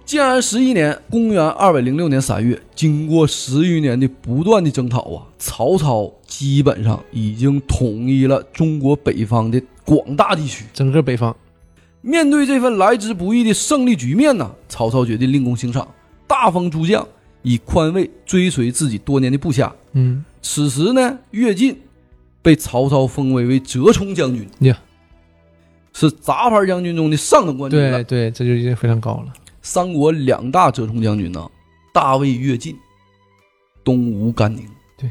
建安十一年，公元二百零六年三月，经过十余年的不断的征讨啊，曹操基本上已经统一了中国北方的广大地区。整个北方，面对这份来之不易的胜利局面呢，曹操决定另工行赏，大封诸将，以宽慰追随自己多年的部下。嗯，此时呢，乐进被曹操封为为折冲将军，呀是杂牌将军中的上等官军了对。对，这就已经非常高了。三国两大折冲将军呢，大魏乐进，东吴甘宁。对，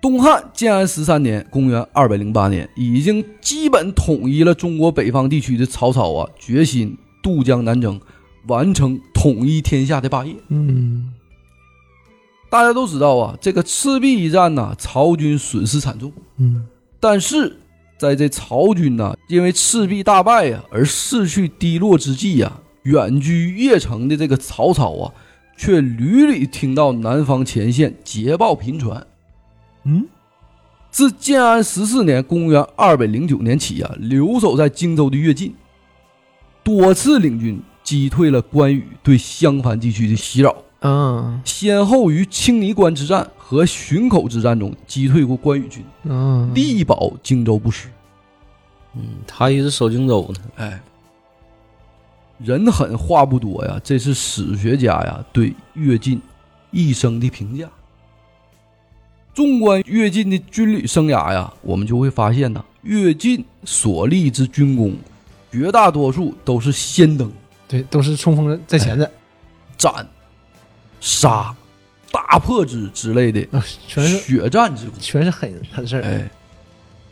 东汉建安十三年（公元208年），已经基本统一了中国北方地区的曹操啊，决心渡江南征，完成统一天下的霸业。嗯，大家都知道啊，这个赤壁一战呢，曹军损失惨重。嗯，但是在这曹军呢，因为赤壁大败呀、而士气低落之际呀、远居邺城的这个曹操啊，却屡屡听到南方前线捷报频传。嗯，自建安十四年（公元209年）起啊，留守在荆州的乐进，多次领军击退了关羽对襄樊地区的袭扰。啊，先后于青泥关之战和巡口之战中击退过关羽军，啊，力保荆州不失。他一直守荆州呢。哎，人狠话不多呀，这是史学家呀对乐进一生的评价。纵观乐进的军旅生涯呀，我们就会发现呢，乐进所立之军功，绝大多数都是先登、对，都是冲锋在前的，斩、杀、大破之之类的啊，全是血战之功。全是狠狠事儿。哎，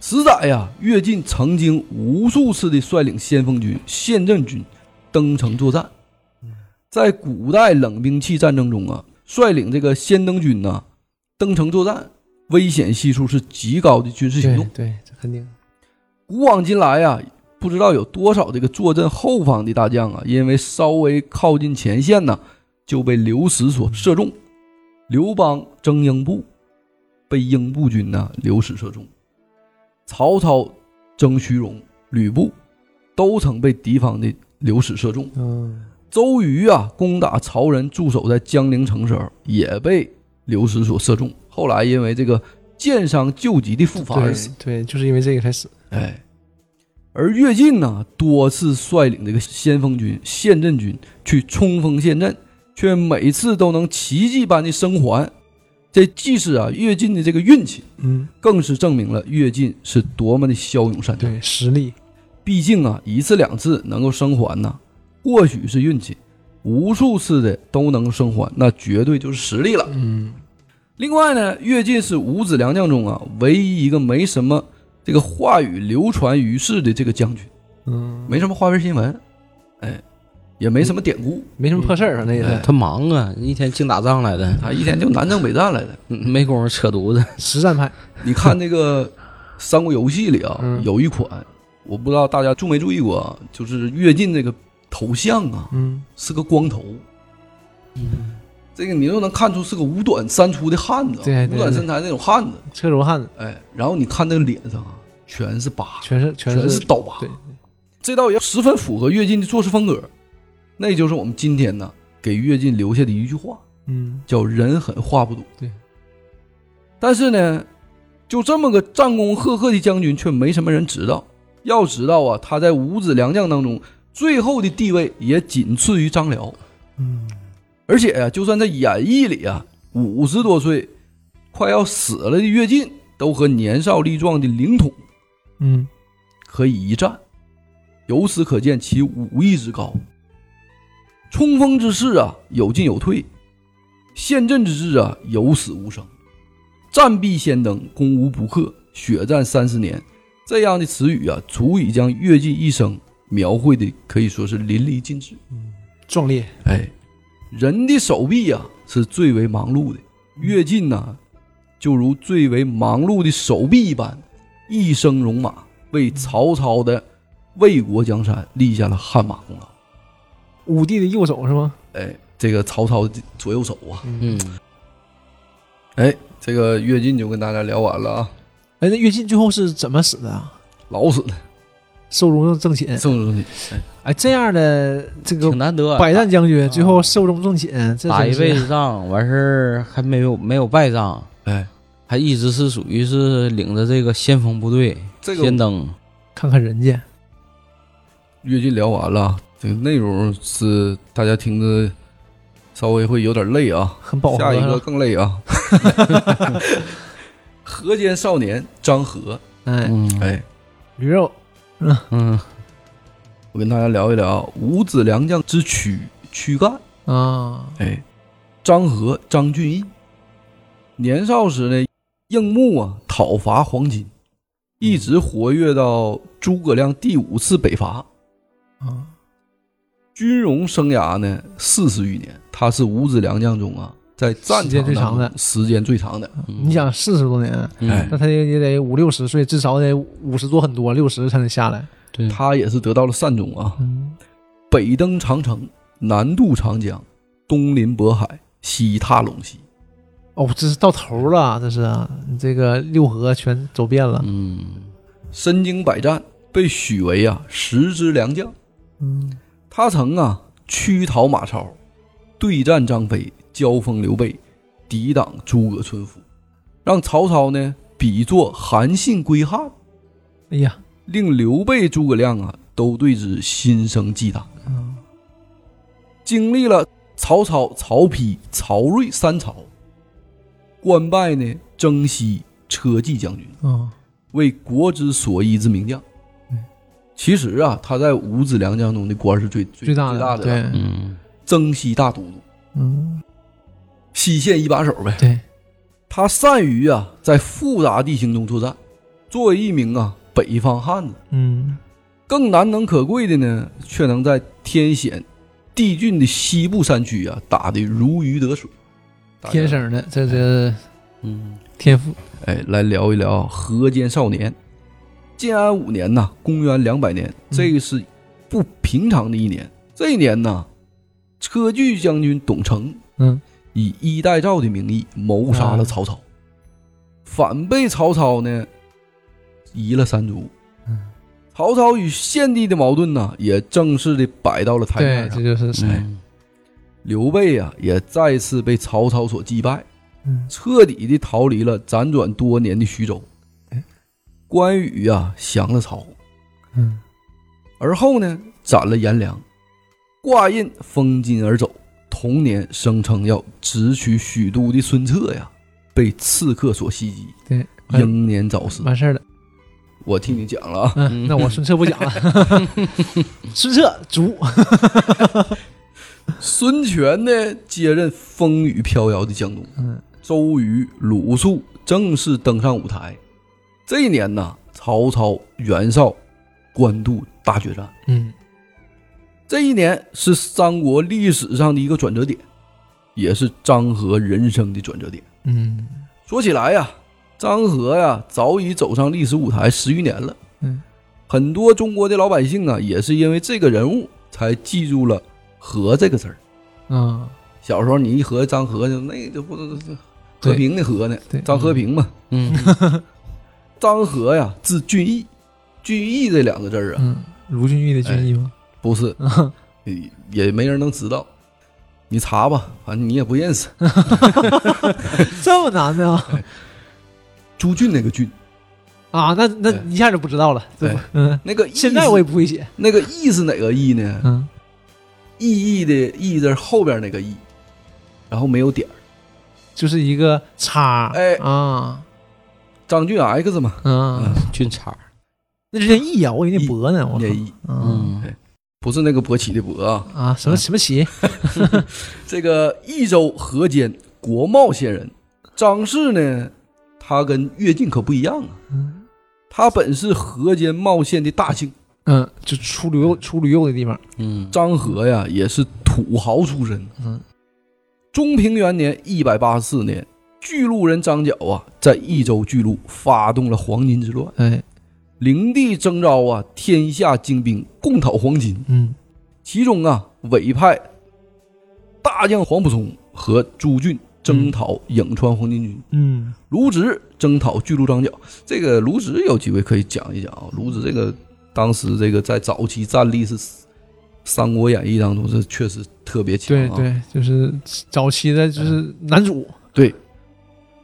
实在呀，乐进曾经无数次的率领先锋军、陷阵军登城作战。嗯在古代冷兵器战争中啊，率领这个先登军呢登城作战，危险系数是极高的军事行对动。对，这肯定。古往今来呀，不知道有多少这个坐镇后方的大将啊，因为稍微靠近前线呢，就被刘石所射中。刘邦征英布，被英布军呢刘史射中。曹操征虚荣、吕布，都曾被敌方的刘史射中。嗯，周瑜啊，攻打曹仁驻守在江陵城时候，也被刘史所射中。后来因为这个箭伤救急的复发而死嗯对。对，就是因为这个才死。哎，而乐进呢，多次率领这个先锋军、陷阵军去冲锋陷阵，却每次都能奇迹般的生还。这既是啊乐进的这个运气，嗯，更是证明了乐进是多么的骁勇善战。对，实力。毕竟啊，一次两次能够生还呢，或许是运气；无数次的都能生还，那绝对就是实力了。嗯，另外呢，乐进是五子良将中啊唯一一个没什么这个话语流传于世的这个将军，嗯，没什么花边新闻，哎，也没什么典故，没什么破事儿，反正也哎是他忙啊，一天净打仗来的， 他一天就南征北战 来的。嗯没工夫扯犊子。实战派。你看那个《三国游戏》里啊，嗯有一款，我不知道大家注没注意过啊，就是乐进这个头像啊嗯，是个光头，这个你就能看出是个五短三粗的汉子，啊对对五短身材那种汉子，车轴汉子，哎，然后你看那个脸上啊全是疤，全是全全是刀疤。对，这倒也十分符合乐进的做事风格，那就是我们今天呢给乐进留下的一句话，嗯，叫“人狠话不多”。对。但是呢，就这么个战功赫赫的将军，却没什么人知道。要知道啊，他在五子良将当中最后的地位也仅次于张辽。嗯，而且呀、就算在演义里啊，五十多岁快要死了的乐进，都和年少力壮的凌统嗯，可以一战，由此可见其武艺之高。冲锋之势啊，有进有退；陷阵之志啊，有死无生。战必先登，攻无不克，血战三十年，这样的词语啊，足以将乐伎一生描绘的可以说是淋漓尽致。壮烈，哎，人的手臂呀、是最为忙碌的，乐进呐、就如最为忙碌的手臂一般，一生戎马，为曹操的魏国江山立下了汗马功劳。武帝的右手是吗？哎，这个曹操的左右手啊，嗯，哎，这个乐进就跟大家聊完了啊，哎，那乐进最后是怎么死的啊？老死了，寿终正寝。正中你，哎，哎，这样的这个挺难得啊，百战将军最后寿终正寝，这打真一是辈子仗，完事儿还没有没有败仗，哎，还一直是属于是领着这个先锋部队这先个登，看看人家，乐进聊完了啊，这个内容是大家听着稍微会有点累啊，很饱和。下一是个吧更累啊！河间少年张和，哎，嗯哎，驴肉嗯，我跟大家聊一聊五子良将之躯躯干。啊，哎，张和张俊义，年少时呢，应募啊讨伐黄巾，一直活跃到诸葛亮第五次北伐，嗯啊，军容生涯呢四十余年，他是五子良将中啊，在战时间最场长当的中时间最长的。嗯你想四十多年，哎嗯，那他也也得五六十岁，至少得五十多很多，六十才能下来。对，他也是得到了善终啊。嗯，北登长城，南渡长江，东临渤海，西踏陇西。哦，这是到头了，这是啊你这个六合全走遍了。嗯，身经百战，被许为啊十之良将。嗯，他曾啊驱讨马超，对战张飞，交锋刘备，抵挡诸葛村夫，让曹操呢比作韩信归汉，哎呀，令刘备、诸葛亮啊都对之心生忌惮。嗯经历了曹操、曹丕、曹睿三朝，官拜呢征西车骑将军，嗯为国之所依之名将嗯。其实啊，他在五子良将中的官儿是最最最大的，啊的对，嗯，征西大都督，嗯西线一把手呗。对，他善于啊在复杂地形中作战。作为一名啊北方汉子，嗯更难能可贵的呢，却能在天险地峻的西部山区啊打得如鱼得水。大家天生的，这这嗯，天赋。哎，来聊一聊河间少年。建安五年呐、公元两百年，嗯这个是不平常的一年。这一年呢，车骑将军董承嗯啊以衣带诏的名义谋杀了曹操，反被曹操呢夷了三族。嗯曹操与献帝的矛盾呢，也正式的摆到了台对，面这上。就是谁？嗯刘备啊，也再次被曹操所击败。嗯彻底的逃离了辗转多年的徐州哎。关羽啊降了曹，嗯，而后呢斩了颜良，挂印封金而走。同年声称要直取许都的孙策呀，被刺客所袭击，对，完英年早逝。完事儿了。我替你讲了啊，哎嗯，那我孙策不讲了，孙策足。孙权呢接任风雨飘摇的江东，嗯周瑜、鲁肃正式登上舞台。这一年呢，曹操、袁绍、官渡大决战。嗯这一年是三国历史上的一个转折点，也是张和人生的转折点。嗯说起来呀，张和呀早已走上历史舞台十余年了，嗯，很多中国的老百姓啊，也是因为这个人物才记住了“和”这个字儿。啊，小时候你一和张和就那就不对和平的和呢对，张和平嘛。嗯，张和呀，字俊义，俊义这两个字儿啊，嗯，卢俊义的军医吗？不是，嗯 也也没人能知道。你查吧，反正你也不认识。这么难的啊？朱俊那个俊，啊，那那一下就不知道了，对吧？嗯，那个意思现在我也不会写。那个义是哪个义呢？嗯意义的义字后边那个义，然后没有点儿。，就是一个叉，哎啊张俊 X 嘛，啊，嗯俊才儿，那是义呀，我以为那伯呢，我靠念义，啊嗯不是那个勃起的勃啊。啊，什么什么旗？这个益州河间国贸县人，张氏呢，他跟乐进可不一样啊。嗯它本是河间茂县的大姓，嗯，就出驴肉出驴肉的地方，嗯，张和呀也是土豪出身。嗯，中平元年一百八十四年，巨鹿人张角啊在益州巨鹿发动了黄金之乱，哎，灵帝征召啊天下精兵共讨黄金。嗯其中啊，伪派大将黄埔聪和朱俊征讨颍川黄巾军，嗯，卢植征讨巨鹿张角。这个卢植有机会可以讲一讲啊，卢植这个当时这个在早期战力是《三国演义》当中是确实特别强、对啊。对，就是早期的，就是男主，对，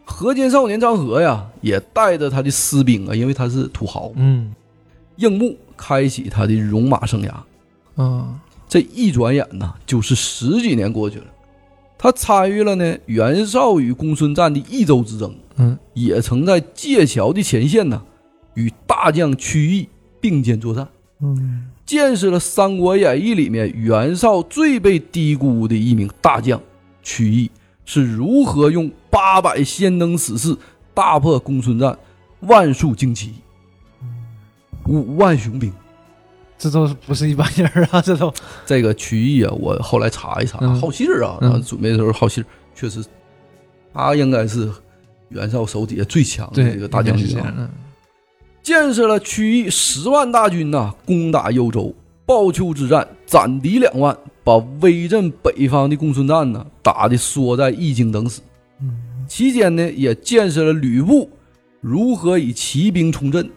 河间少年张和呀，也带着他的私兵啊，因为他是土豪，嗯硬木开启他的戎马生涯。啊，这一转眼呐，就是十几年过去了。他参与了呢袁绍与公孙瓒的益州之争，嗯，也曾在界桥的前线呢，与大将屈毅并肩作战，嗯见识了《三国演义》里面袁绍最被低估的一名大将屈毅是如何用八百先登死士大破公孙瓒，万数惊奇，五万雄兵。这都是不是一般人儿啊，这都，这个曲艺啊，我后来查一查，嗯好信儿啊，嗯咱准备的时候好信儿，确实，他应该是袁绍手底下最强的对，这个大将应该是军这啊样。的，见识了曲艺十万大军呐、攻打幽州，鲍丘之战斩敌两万，把威震北方的公孙瓒呢打的缩在易京等死。嗯期间呢，也见识了吕布如何以骑兵冲阵，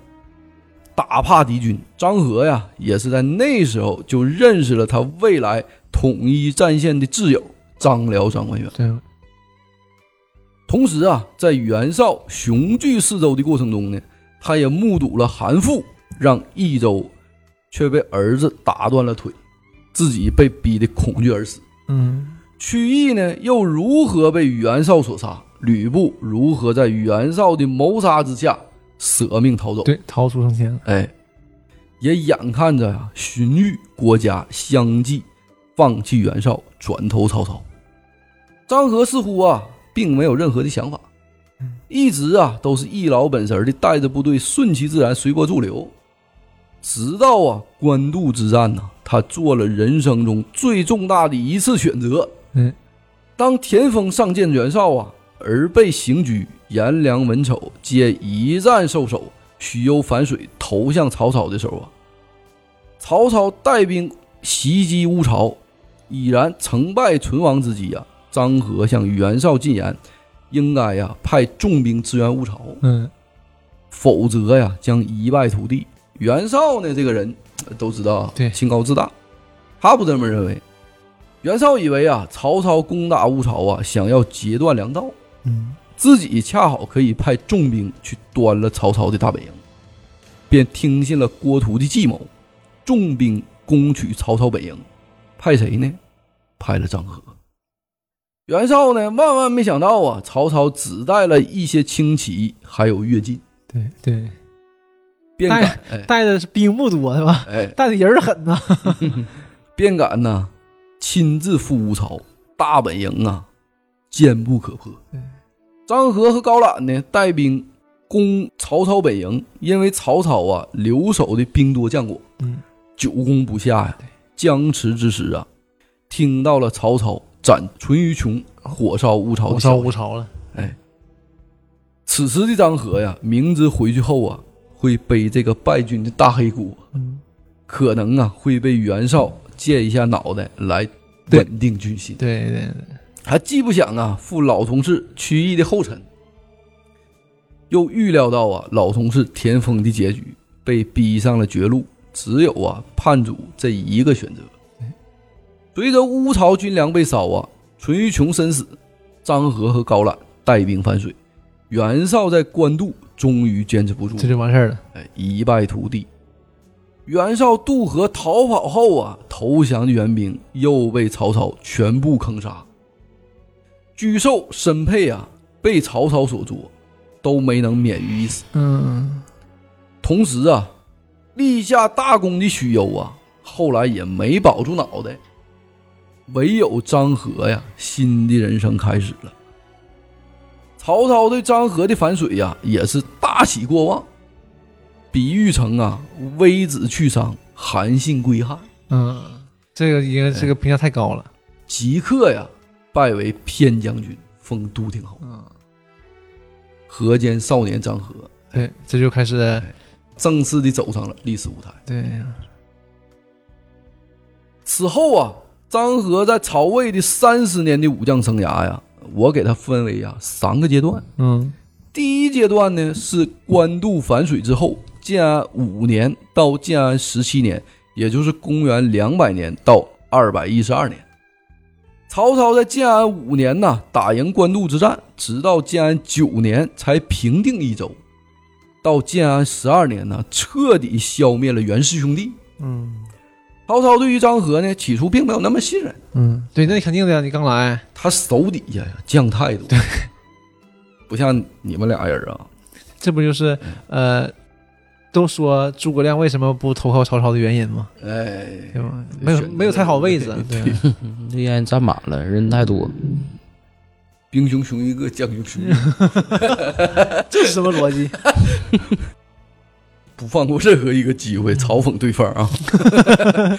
打怕敌军。张合呀，也是在那时候就认识了他未来统一战线的挚友张辽张关元。对，同时啊，在袁绍雄踞四周的过程中呢，他也目睹了韩馥让益州却被儿子打断了腿，自己被逼得恐惧而死。嗯曲艺呢又如何被袁绍所杀？吕布如何在袁绍的谋杀之下舍命逃走？对，逃出升天了，哎，也眼看着呀、荀彧、郭嘉相继放弃袁绍，转投曹操。张合似乎啊，并没有任何的想法，一直啊都是一老本神的带着部队顺其自然，随波逐流。直到啊官渡之战呢、他做了人生中最重大的一次选择。嗯，当田丰上见袁绍啊，而被刑拘，颜良、文丑皆一战受首，许攸反水投向曹操的时候啊，曹操带兵袭击乌巢，已然成败存亡之机啊。张合向袁绍进言，应该呀派重兵支援乌巢，嗯否则呀将一败涂地。袁绍呢这个人呃都知道啊对清高自大，他不这么认为。袁绍以为啊曹操攻打乌巢啊，想要截断粮道，嗯自己恰好可以派重兵去端了曹操的大本营，便听信了郭图的计谋，重兵攻取曹操本营，派谁呢？派了张合。袁绍呢，万万没想到啊，曹操只带了一些轻骑，还有乐进，对对，便敢哎带的是兵不多是吧？哎，带的人儿狠呐， 便敢呢，亲自赴乌巢，大本营啊，坚不可破对。张合和高览呢，带兵攻曹操本营，因为曹操啊留守的兵多将寡，嗯，久攻不下呀、僵持之时啊，听到了曹操斩淳于琼、火烧乌巢的我消哦烧息无。巢了，此时的张合呀，明知回去后啊，会背这个败军的大黑锅，嗯，可能啊会被袁绍借一下脑袋来对稳定军心。对对对，他既不想啊负老同事曲艺的后尘，又预料到啊老同事田丰的结局，被逼上了绝路，只有啊叛主这一个选择。随着乌巢军粮被烧啊，淳于琼身死，张合和高览带兵反水，袁绍在官渡终于坚持不住，这就完事儿了，哎，一败涂地。袁绍渡河逃跑后啊，投降的援兵又被曹操全部坑杀。沮授、申沛啊，被曹操所捉，都没能免于一死。嗯同时啊，立下大功的许攸啊，后来也没保住脑袋。唯有张合呀，新的人生开始了。曹操对张合的反水呀，也是大喜过望。比喻成啊，微子去伤，韩信归汉。嗯，这个一个这个评价太高了。即刻呀，拜为偏将军，封都亭侯。嗯，河间少年张合对，这就开始正式的走上了历史舞台。对，此后啊，张合在曹魏的三十年的武将生涯呀，我给他分为啊三个阶段。嗯第一阶段呢是官渡反水之后，建安五年到建安十七年，也就是公元两百年到二百一十二年。曹操在建安五年呢打赢官渡之战，直到建安九年才平定益州，到建安十二年呢彻底消灭了袁氏兄弟。嗯曹操对于张合呢起初并没有那么信任，嗯，对，那你肯定的呀，你刚来，他手底下呀将太多，不像你们俩人啊，这不就是呃，都说诸葛亮为什么不投靠曹操的原因吗？哎，对吧？没有选择没有太好位置，对，这让人占满了，人太多。兵熊熊一个，将熊熊一 个，这是什么逻辑？不放过任何一个机会嘲讽对方啊！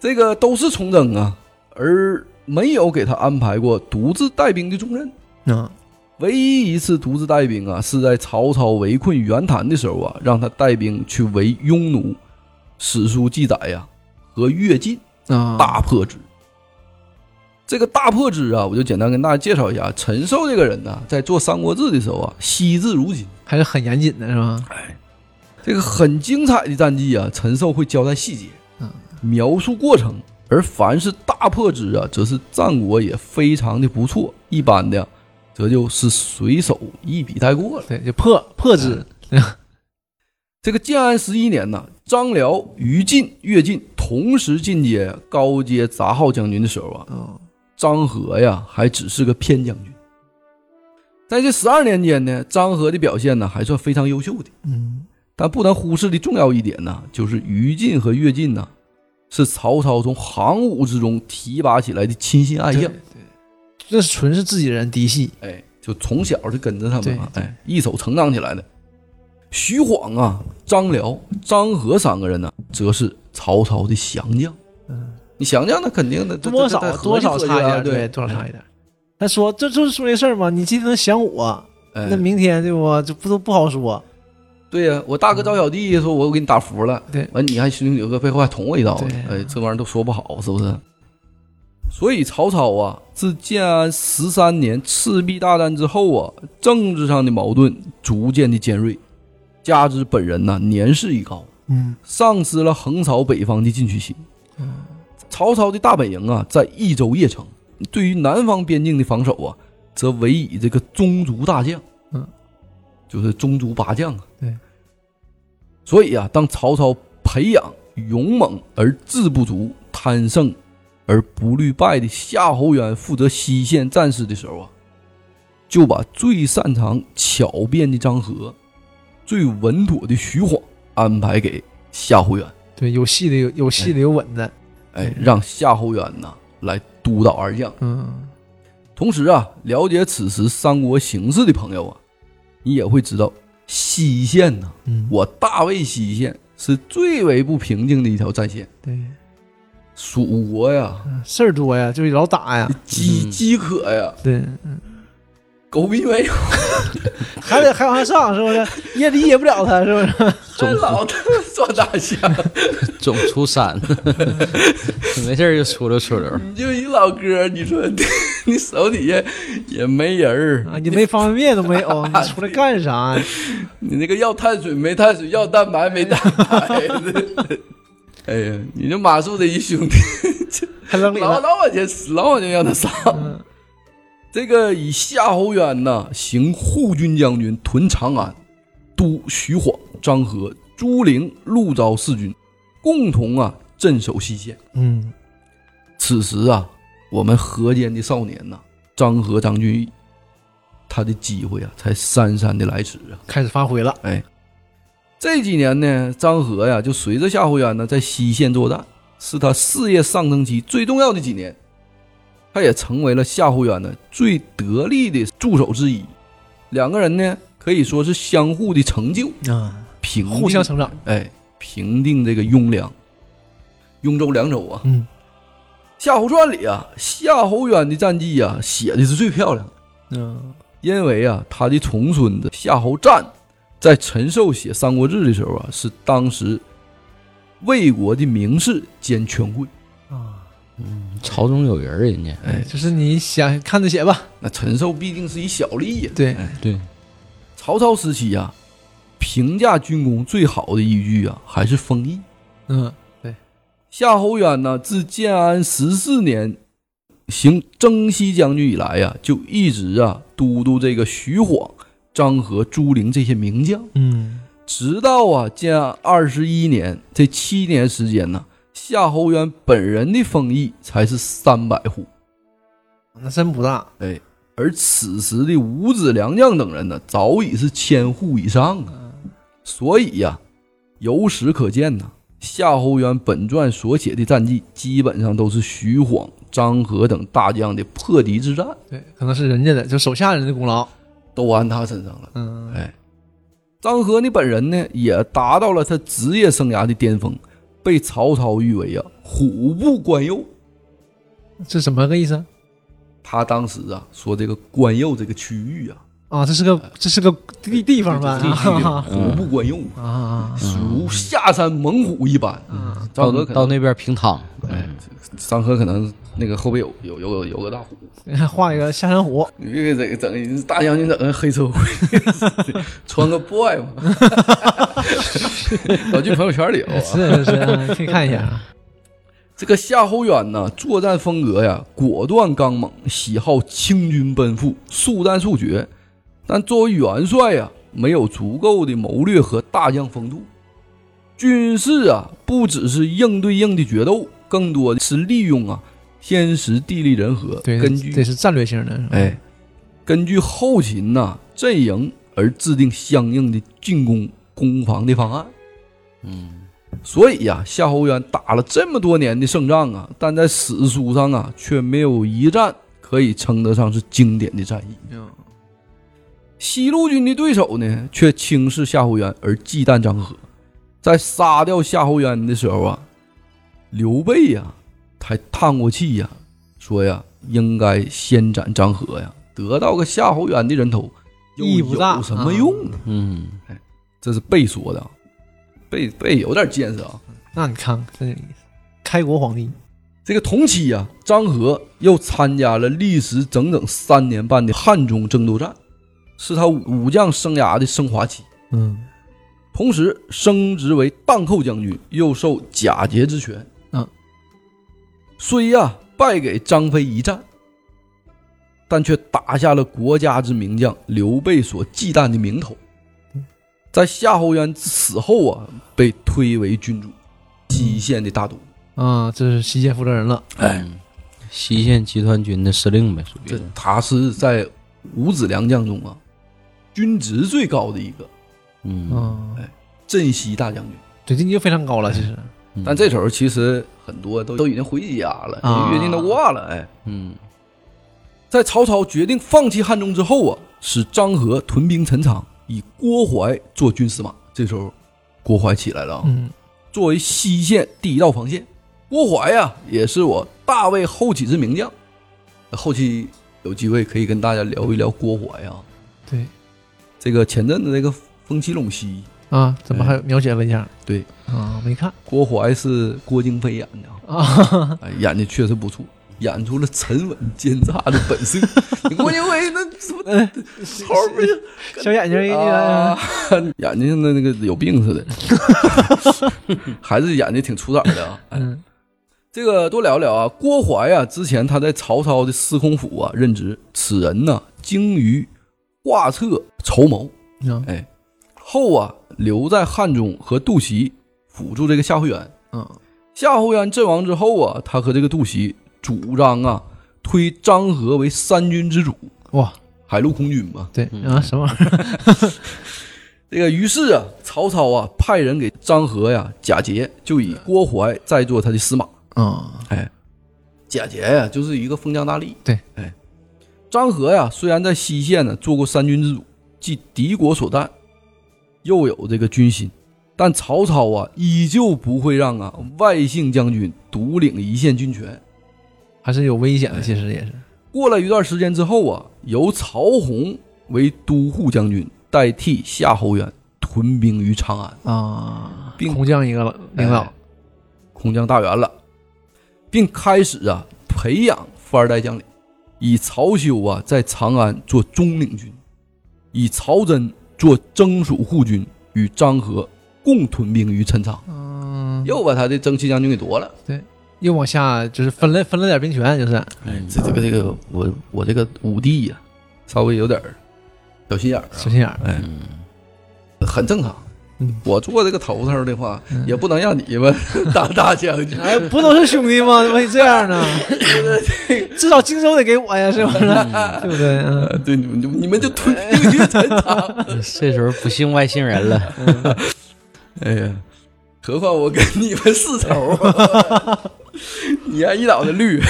这个都是从征啊，而没有给他安排过独自带兵的重任。嗯唯一一次独自带兵啊，是在曹操围困袁谭的时候啊，让他带兵去围匈奴。史书记载呀、和乐进啊，大破之。这个大破之啊，我就简单跟大家介绍一下，陈寿这个人呢、在做《三国志》的时候啊，惜字如金。还是很严谨的是吧？这个很精彩的战绩啊，陈寿会交代细节嗯，描述过程。而凡是大破之啊，则是战果也非常的不错，一般的，则就是随手一笔带过了。对，就破破之，这个建安十一年呢，张辽、于禁、乐进同时进阶高阶杂号将军的时候啊，嗯张合呀还只是个偏将军。在这十二年间呢，张合的表现呢还算非常优秀的。嗯但不能忽视的重要一点呢，就是于禁和乐进呢，是曹操从行伍之中提拔起来的亲信爱对将，对，这是纯是自己人嫡系，哎，就从小就跟着他们啊，对对哎，一手成长起来的。徐晃啊、张辽、张合三个人呢，则是曹操的降将。嗯，你降将那肯定的，这多这少这多少合计差一合计点啊儿，对，多少差一点儿。他说这就是说这事儿嘛，你今天能想我，哎那明天对不？这不都不好说。对呀、我大哥招小弟说，我给你打服了，对完你还兄弟九个背后还捅我一刀呢对，哎，这玩意儿都说不好，是不是？所以曹操啊，自建安十三年赤壁大战之后啊，政治上的矛盾逐渐的尖锐，加之本人呢、年事已高，嗯丧失了横扫北方的进取心。曹操的大本营啊，在益州邺城，对于南方边境的防守啊，则委以这个宗族大将，嗯，就是宗族八将啊。对。所以啊，当曹操培养勇猛而志不足、贪胜而不虑败的夏侯渊负责西线战事的时候啊，就把最擅长巧辩的张合、最稳妥的徐晃安排给夏侯渊，对，有戏的有有戏的有稳的，哎，让夏侯渊呐来督导二将。嗯同时啊，了解此时三国形势的朋友啊，你也会知道西线呐，嗯，我大魏西线是最为不平静的一条战线，对蜀国呀，嗯事儿多呀，就是老打呀，饥嗯饥渴呀， 对，狗逼没有，还得还往上上是不是？ 也理解不了他是不是？还老他妈抓大象，总出山，没事儿就出溜出溜。你就一老哥，你 说你手底下也没人儿， 啊，你没方便面都没 有，你出来干啥呀？你那个要碳水没碳水，要蛋白没蛋白。 哎呀，你这马谡的一兄弟，还扔里老了，老往前死，老往前让他上。嗯这个以夏侯渊呐，行护军将军，屯长安，督徐晃、张合、朱灵、陆昭四军，共同啊镇守西线。嗯此时啊，我们河间的少年呐、张合、张俊义，他的机会啊，才姗姗的来迟啊。开始发挥了，这几年呢，张合呀，就随着夏侯渊呢在西线作战，是他事业上升期最重要的几年。他也成为了夏侯渊呢最得力的助手之一，两个人呢可以说是相互的成就，啊，平定互相成长。哎，平定这个雍凉、雍州两州啊。嗯，夏侯传里啊，夏侯渊的战绩啊，写的是最漂亮的，嗯，因为啊，他的重孙子夏侯湛在陈寿写《三国志》的时候啊，是当时魏国的名士兼权贵。朝中有人儿，人家哎，就是你想看着写吧。那陈寿毕竟是一小吏呀。对哎对，曹操时期啊，评价军功最好的依据啊，还是封邑。嗯，夏侯渊呢，自建安十四年行征西将军以来呀、就一直啊都督这个徐晃、张合、朱灵这些名将，嗯，直到啊建安二十一年，这七年时间呢，夏侯渊本人的封邑才是三百户，那真不大。而此时的五子良将等人呢，早已是千户以上啊。所以呀、由此可见呐，夏侯渊本传所写的战绩，基本上都是徐晃、张合等大将的破敌之战，对，可能是人家的，就手下人的功劳。都安他身上了。嗯，哎，张合呢本人呢，也达到了他职业生涯的巅峰，被曹操誉为啊虎不关右。这怎么个意思啊他当时啊说这个关右这个区域啊，啊？这是个这是个地地方吧？这个地区啊 啊虎不关右，啊如下山猛虎一般。啊！张到合可能到那边平躺，哎，张合可能那个后背有有有有个大虎，画一个下山虎，你这个整整大将军整个黑 社会，穿个 boy 嘛， 老去朋友圈里有、啊。是是是，啊可以看一下啊。这个夏侯渊呢，作战风格呀，果断刚猛，喜好清军奔赴，速战速决。但作为元帅呀，没有足够的谋略和大将风度。军事啊，不只是硬对硬的决斗，更多的是利用啊天时地利人和， 对，根据这是战略性的。是吧，哎，根据后勤呐、阵营而制定相应的进攻攻防的方案。嗯，所以呀、夏侯渊打了这么多年的胜仗啊，但在史书上啊，却没有一战可以称得上是经典的战役。西路军的对手呢，却轻视夏侯渊而忌惮张合。在杀掉夏侯渊的时候啊，刘备呀、还叹过气呀、说呀，应该先斩张合呀，得到个夏侯渊的人头，又意义不啊大有什么用呢？嗯，这是备说的啊，备备有点见识啊。那你看看，真有意思。开国皇帝，这个同期啊，张合又参加了历时整整三年半的汉中争夺战，是他武将生涯的升华期。嗯同时升职为荡寇将军，又授假节之权。嗯，虽呀、败给张飞一战，但却打下了国家之名将刘备所忌惮的名头。在夏侯渊死后啊，被推为君主，西县的大都。啊，这是西线负责人了。哎，西线集团军的司令呗，属于这是他是在五子良将中啊，军职最高的一个嗯，嗯，镇西大将军。对，这就非常高了，其实。嗯但这时候其实很多都都已经回家了，啊约定都挂了。哎，嗯在曹操决定放弃汉中之后啊，使张合屯兵陈仓，以郭淮做军司马。这时候，郭淮起来了啊，嗯作为西线第一道防线。郭淮呀、也是我大魏后起之名将。后期有机会可以跟大家聊一聊郭淮啊。对这个前阵子这个风起陇西，啊，怎么还描写了一下？对啊，没 看郭淮是郭京飞演的啊。啊，哎，演的确实不错，演出了沉稳奸诈的本色。你郭京飞那怎么头儿不是小眼睛一啊， 眼睛那那个有病似的，还是演的挺出色的啊。哎嗯这个多聊聊啊，郭淮啊，之前他在曹操的司空府啊任职，此人呢精于画策筹谋，嗯哎，后啊留在汉中和杜袭辅助这个夏侯渊。嗯夏侯渊阵亡之后啊，他和这个杜袭主张啊推张合为三军之主，哇，海陆空军嘛。对啊，什么玩意儿？这个于是啊，曹操啊派人给张合呀、贾节，就以郭淮再做他的司马。啊，哎，贾节呀、就是一个封疆大吏。对，哎，张合呀、虽然在西线呢做过三军之主，即敌国所战，又有这个军心，但曹操啊，依旧不会让啊外姓将军独领一县军权。还是有危险的，其实也是。过了一段时间之后啊，由曹洪为都护将军，代替夏侯渊屯兵于长安，啊，并空降一个领导哎，空降大员了，并开始啊培养富二代将领，以曹休啊在长安做中领军，以曹真做征蜀护军，与张合共屯兵于陈仓，嗯，又把他的征西将军给夺了。又往下就是分了分了点兵权，就是啊哎，这这个这个我我这个武帝呀、稍微有点儿小心眼儿啊、小心眼儿。哎，很正常嗯。我做这个头头的话，也不能让你们 当大将军。哎，不都是兄弟吗？怎么会这样 呢？至少荆州得给我呀，是不是？对不对？嗯，呃对，你们就你们就吞进去陈 塘。这时候不信外星人了。哎呀，何况我跟你们是仇啊，你还一脑袋绿。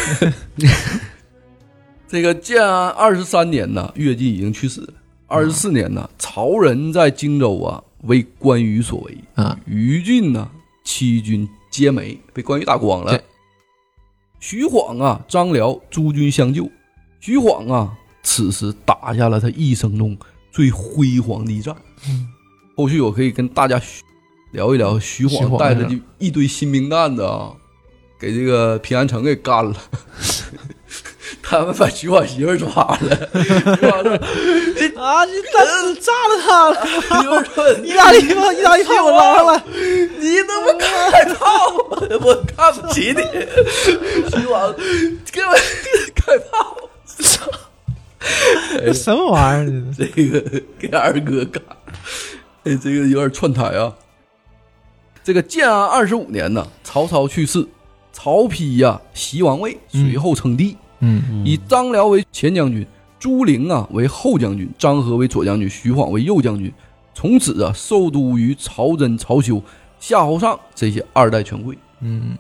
这个建安二十三年呢，乐进已经去世了。二十四年呢，曹仁在荆州啊为关羽所为啊，于禁呢七军皆没，被关羽打光了对。徐晃啊、张辽诸军相救，徐晃啊此时打下了他一生中最辉煌的一战。嗯后续我可以跟大家聊一聊徐徐晃晃哎带的着事就一堆新兵蛋子啊，给这个平安城给 干了。他们把徐晃媳妇儿抓 了，徐晃说啊，你炸炸了他了！媳妇儿 说意大嗯利炮，意大利炮我拉 上了，你他妈开炮！我看不起你，徐晃，给我开炮！哎什么玩意儿？这个给二哥干，哎，这个有点串台啊。这个建安二十五年呢，曹操去世，曹丕呀、袭王位，随后称帝，嗯，以张辽为前将军，朱灵啊为后将军，张合为左将军，徐晃为右将军。从此啊，受都于曹真、曹休、夏侯尚这些二代权贵。嗯，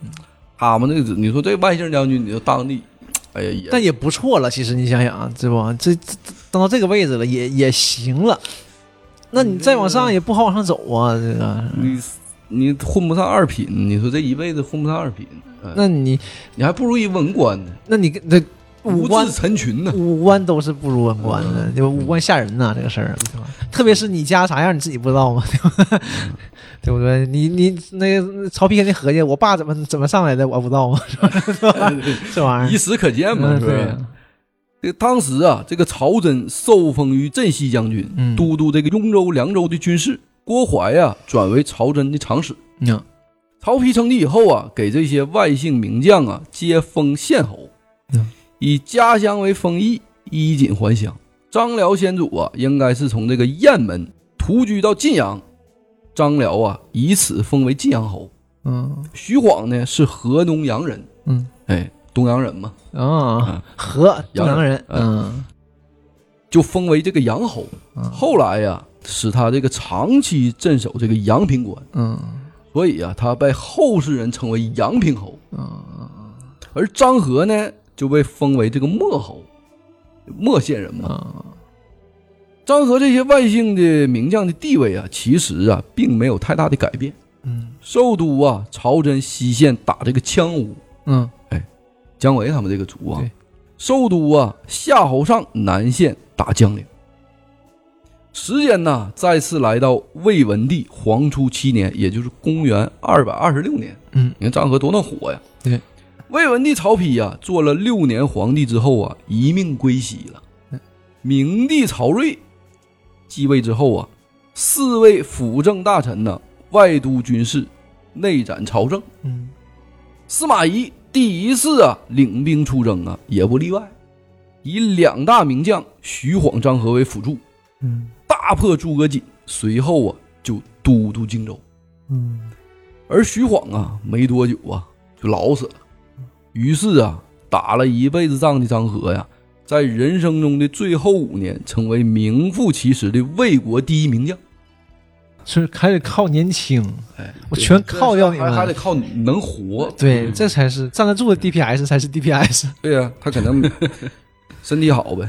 他们那个，你说这外姓将军，你就当地，哎呀，也但也不错了。其实你想想啊，这不这这这当到这个位置了，也也行了。那你再往上也不好往上走啊，这个。你你混不上二品，你说这一辈子混不上二品，哎那你你还不如一文官呢，那你跟这五无官志成群呢。五官都是不如文官的，对吧？五官吓人呐、这个事儿，对吧特别是你家啥样，你自己不知道吗？ 对吧？对不对？你你那个曹丕肯定合计，我爸怎么怎么上来的，我不知道吗？ 是吧？ 这玩意以儿，此可见嘛，嗯是不对是啊？这个当时啊，这个曹真受封于镇西将军，嗯都督这个雍州、凉州的军事。郭淮呀、转为曹真的长史。嗯曹丕称帝以后啊，给这些外姓名将啊皆封县侯，嗯以家乡为封邑，衣锦还乡。张辽先祖啊，应该是从这个雁门突居到晋阳，张辽啊以此封为晋阳侯。嗯徐晃呢是河东阳人，嗯，哎，东阳人嘛，啊啊，和东洋阳人人，嗯就封为这个阳侯。嗯后来呀、使他这个长期镇守这个阳平关，嗯所以啊，他被后世人称为阳平侯。嗯而张合呢，就被封为这个漠侯，漠县人啊嘛。嗯张合这些外姓的名将的地位啊，其实啊，并没有太大的改变。嗯寿都啊，曹真西线打这个羌吴，嗯姜维他们这个族啊对。寿都啊，夏侯尚南线打江陵。时间呢，再次来到魏文帝黄初七年，也就是公元二百二十六年。嗯，你看张合多能火呀！对，魏文帝曹丕呀、做了六年皇帝之后啊，一命归西了。嗯明帝曹睿继位之后啊，四位辅政大臣呢，外都军事，内斩朝政。嗯司马懿第一次啊领兵出征啊，也不例外，以两大名将徐晃、张合为辅助，嗯大破诸葛瑾，随后啊就都督荆州。嗯而徐晃啊，没多久啊就老死了。于是啊，打了一辈子仗的张合呀，在人生中的最后五年，成为名副其实的魏国第一名将。是还得靠年轻，哎，我全靠掉你还还得嗯们。靠能活。对，这才是站得住的 DPS，才是 DPS。对呀、他可能身体好呗。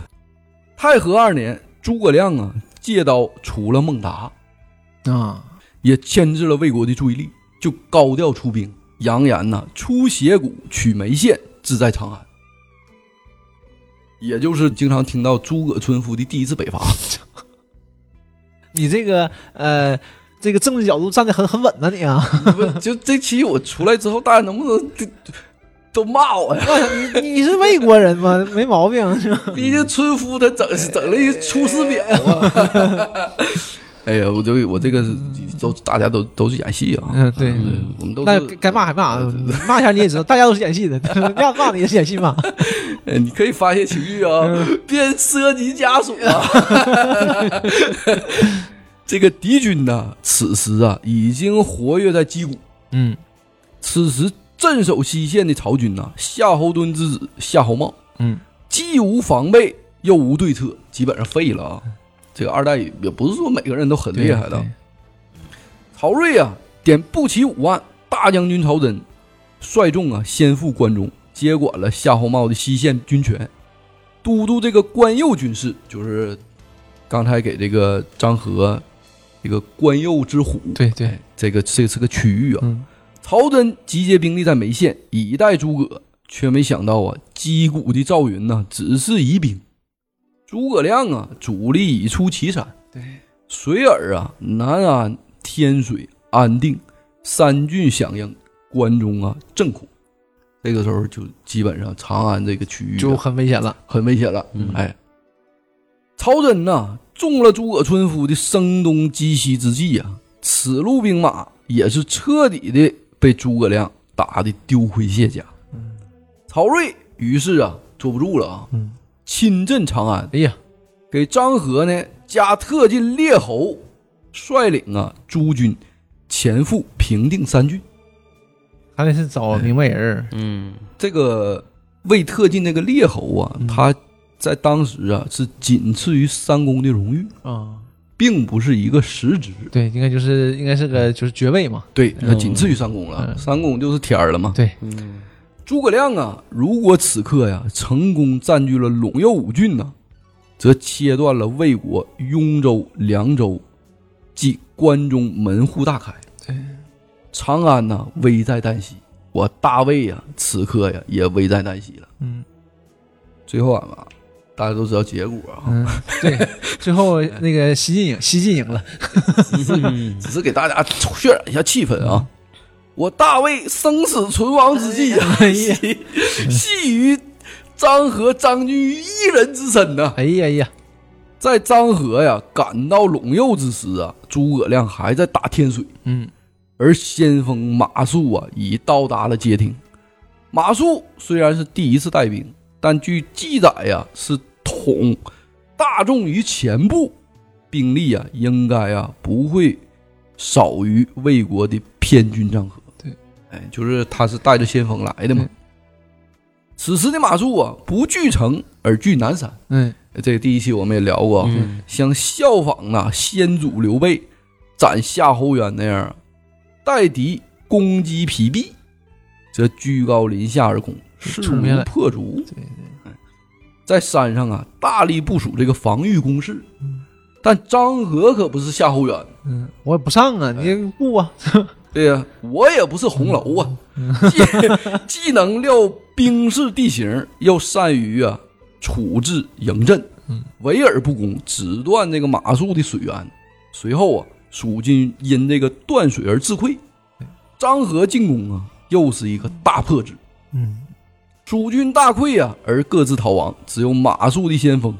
太和二年，诸葛亮啊借刀除了孟达，啊，也牵制了魏国的注意力，就高调出兵，扬言呐、出斜谷，取眉县，志在长安。也就是经常听到诸葛村夫的第一次北伐， 你这个呃，这个政治角度站得很很稳呐、你啊， 不就这期我出来之后，大家能不能就都骂我呀？你你是魏国人吗？没毛病是吧？毕竟村夫他整整了一出师表啊！哎呀，我这我这个都大家都都是演戏啊，嗯，对。对我们都那是该骂还骂，嗯骂一下你也知道，大家都是演戏的， 要骂你也是演戏骂。哎，你可以发泄情绪啊，别涉及家属啊。这个敌军呢，此时啊已经活跃在击鼓。嗯此时镇守西线的曹军呐、夏侯惇之子夏侯茂，嗯，既无防备又无对策，基本上废了啊。这个二代也不是说每个人都很厉害的。曹睿啊，点步骑五万，大将军曹真率众啊先赴关中，接管了夏侯茂的西线军权。都督这个关右军事，就是刚才给这个张合这个关右之虎，对对，这个这是个区域啊。嗯曹真集结兵力在眉县以待诸葛，却没想到啊，击鼓的赵云呢、只是疑兵，诸葛亮啊主力已出祁山，对，随而啊南安、天水、安定三郡响应，关中啊震恐。这个时候就基本上长安这个区域啊、就很危险了。很危险了。嗯哎，曹真呐，中了诸葛村夫的声东击西之计呀、此路兵马也是彻底的被诸葛亮打的丢盔卸甲。嗯曹睿于是啊，坐不住了啊，亲镇长安，哎呀，给张合呢加特进列侯，率领啊诸军前赴平定三郡。还得是找明白人儿。嗯，这个魏特进那个列侯啊，他在当时啊是仅次于三公的荣誉 啊，并不是一个实职，对，应该就是应该是个就是爵位嘛。对，那仅次于三公了，嗯三公就是天儿了嘛。对，诸葛亮啊，如果此刻呀成功占据了陇右五郡呢，则切断了魏国雍州、凉州，即关中门户大开。长安呐、危在旦夕，我大魏呀、此刻呀也危在旦夕了。嗯最后啊，大家都知道结果啊，嗯，对。 嗯最后那个西晋赢，西晋赢了。只是给大家渲染一下气氛啊。我大魏生死存亡之际啊，系系于张合、张居一人之身呐。哎呀哎呀，在张合呀赶到陇右之时啊，诸葛亮还在打天水，嗯，而先锋马谡啊已到达了街亭。马谡虽然是第一次带兵，但据记载呀是统大众于前部，兵力啊应该啊不会少于魏国的偏军张合。对，哎，就是他是带着先锋来的嘛嗯。此时的马谡啊，不据城而据南山。嗯，这个第一期我们也聊过啊，嗯像效仿呐先祖刘备斩夏侯渊那样，待敌攻击疲弊，则居高临下而攻，势冲如下来破竹。哎对对，在山上啊，大力部署这个防御工事。但张合可不是夏侯渊，嗯，我也不上啊，你不啊，对呀、我也不是红楼啊，既 既能料兵势地形，又善于啊处置营阵，围而不攻，只断这个马谡的水源。随后啊，蜀军因这个断水而自溃。张合进攻啊，又是一个大破之。嗯，蜀军大溃啊，而各自逃亡，只有马谡的先锋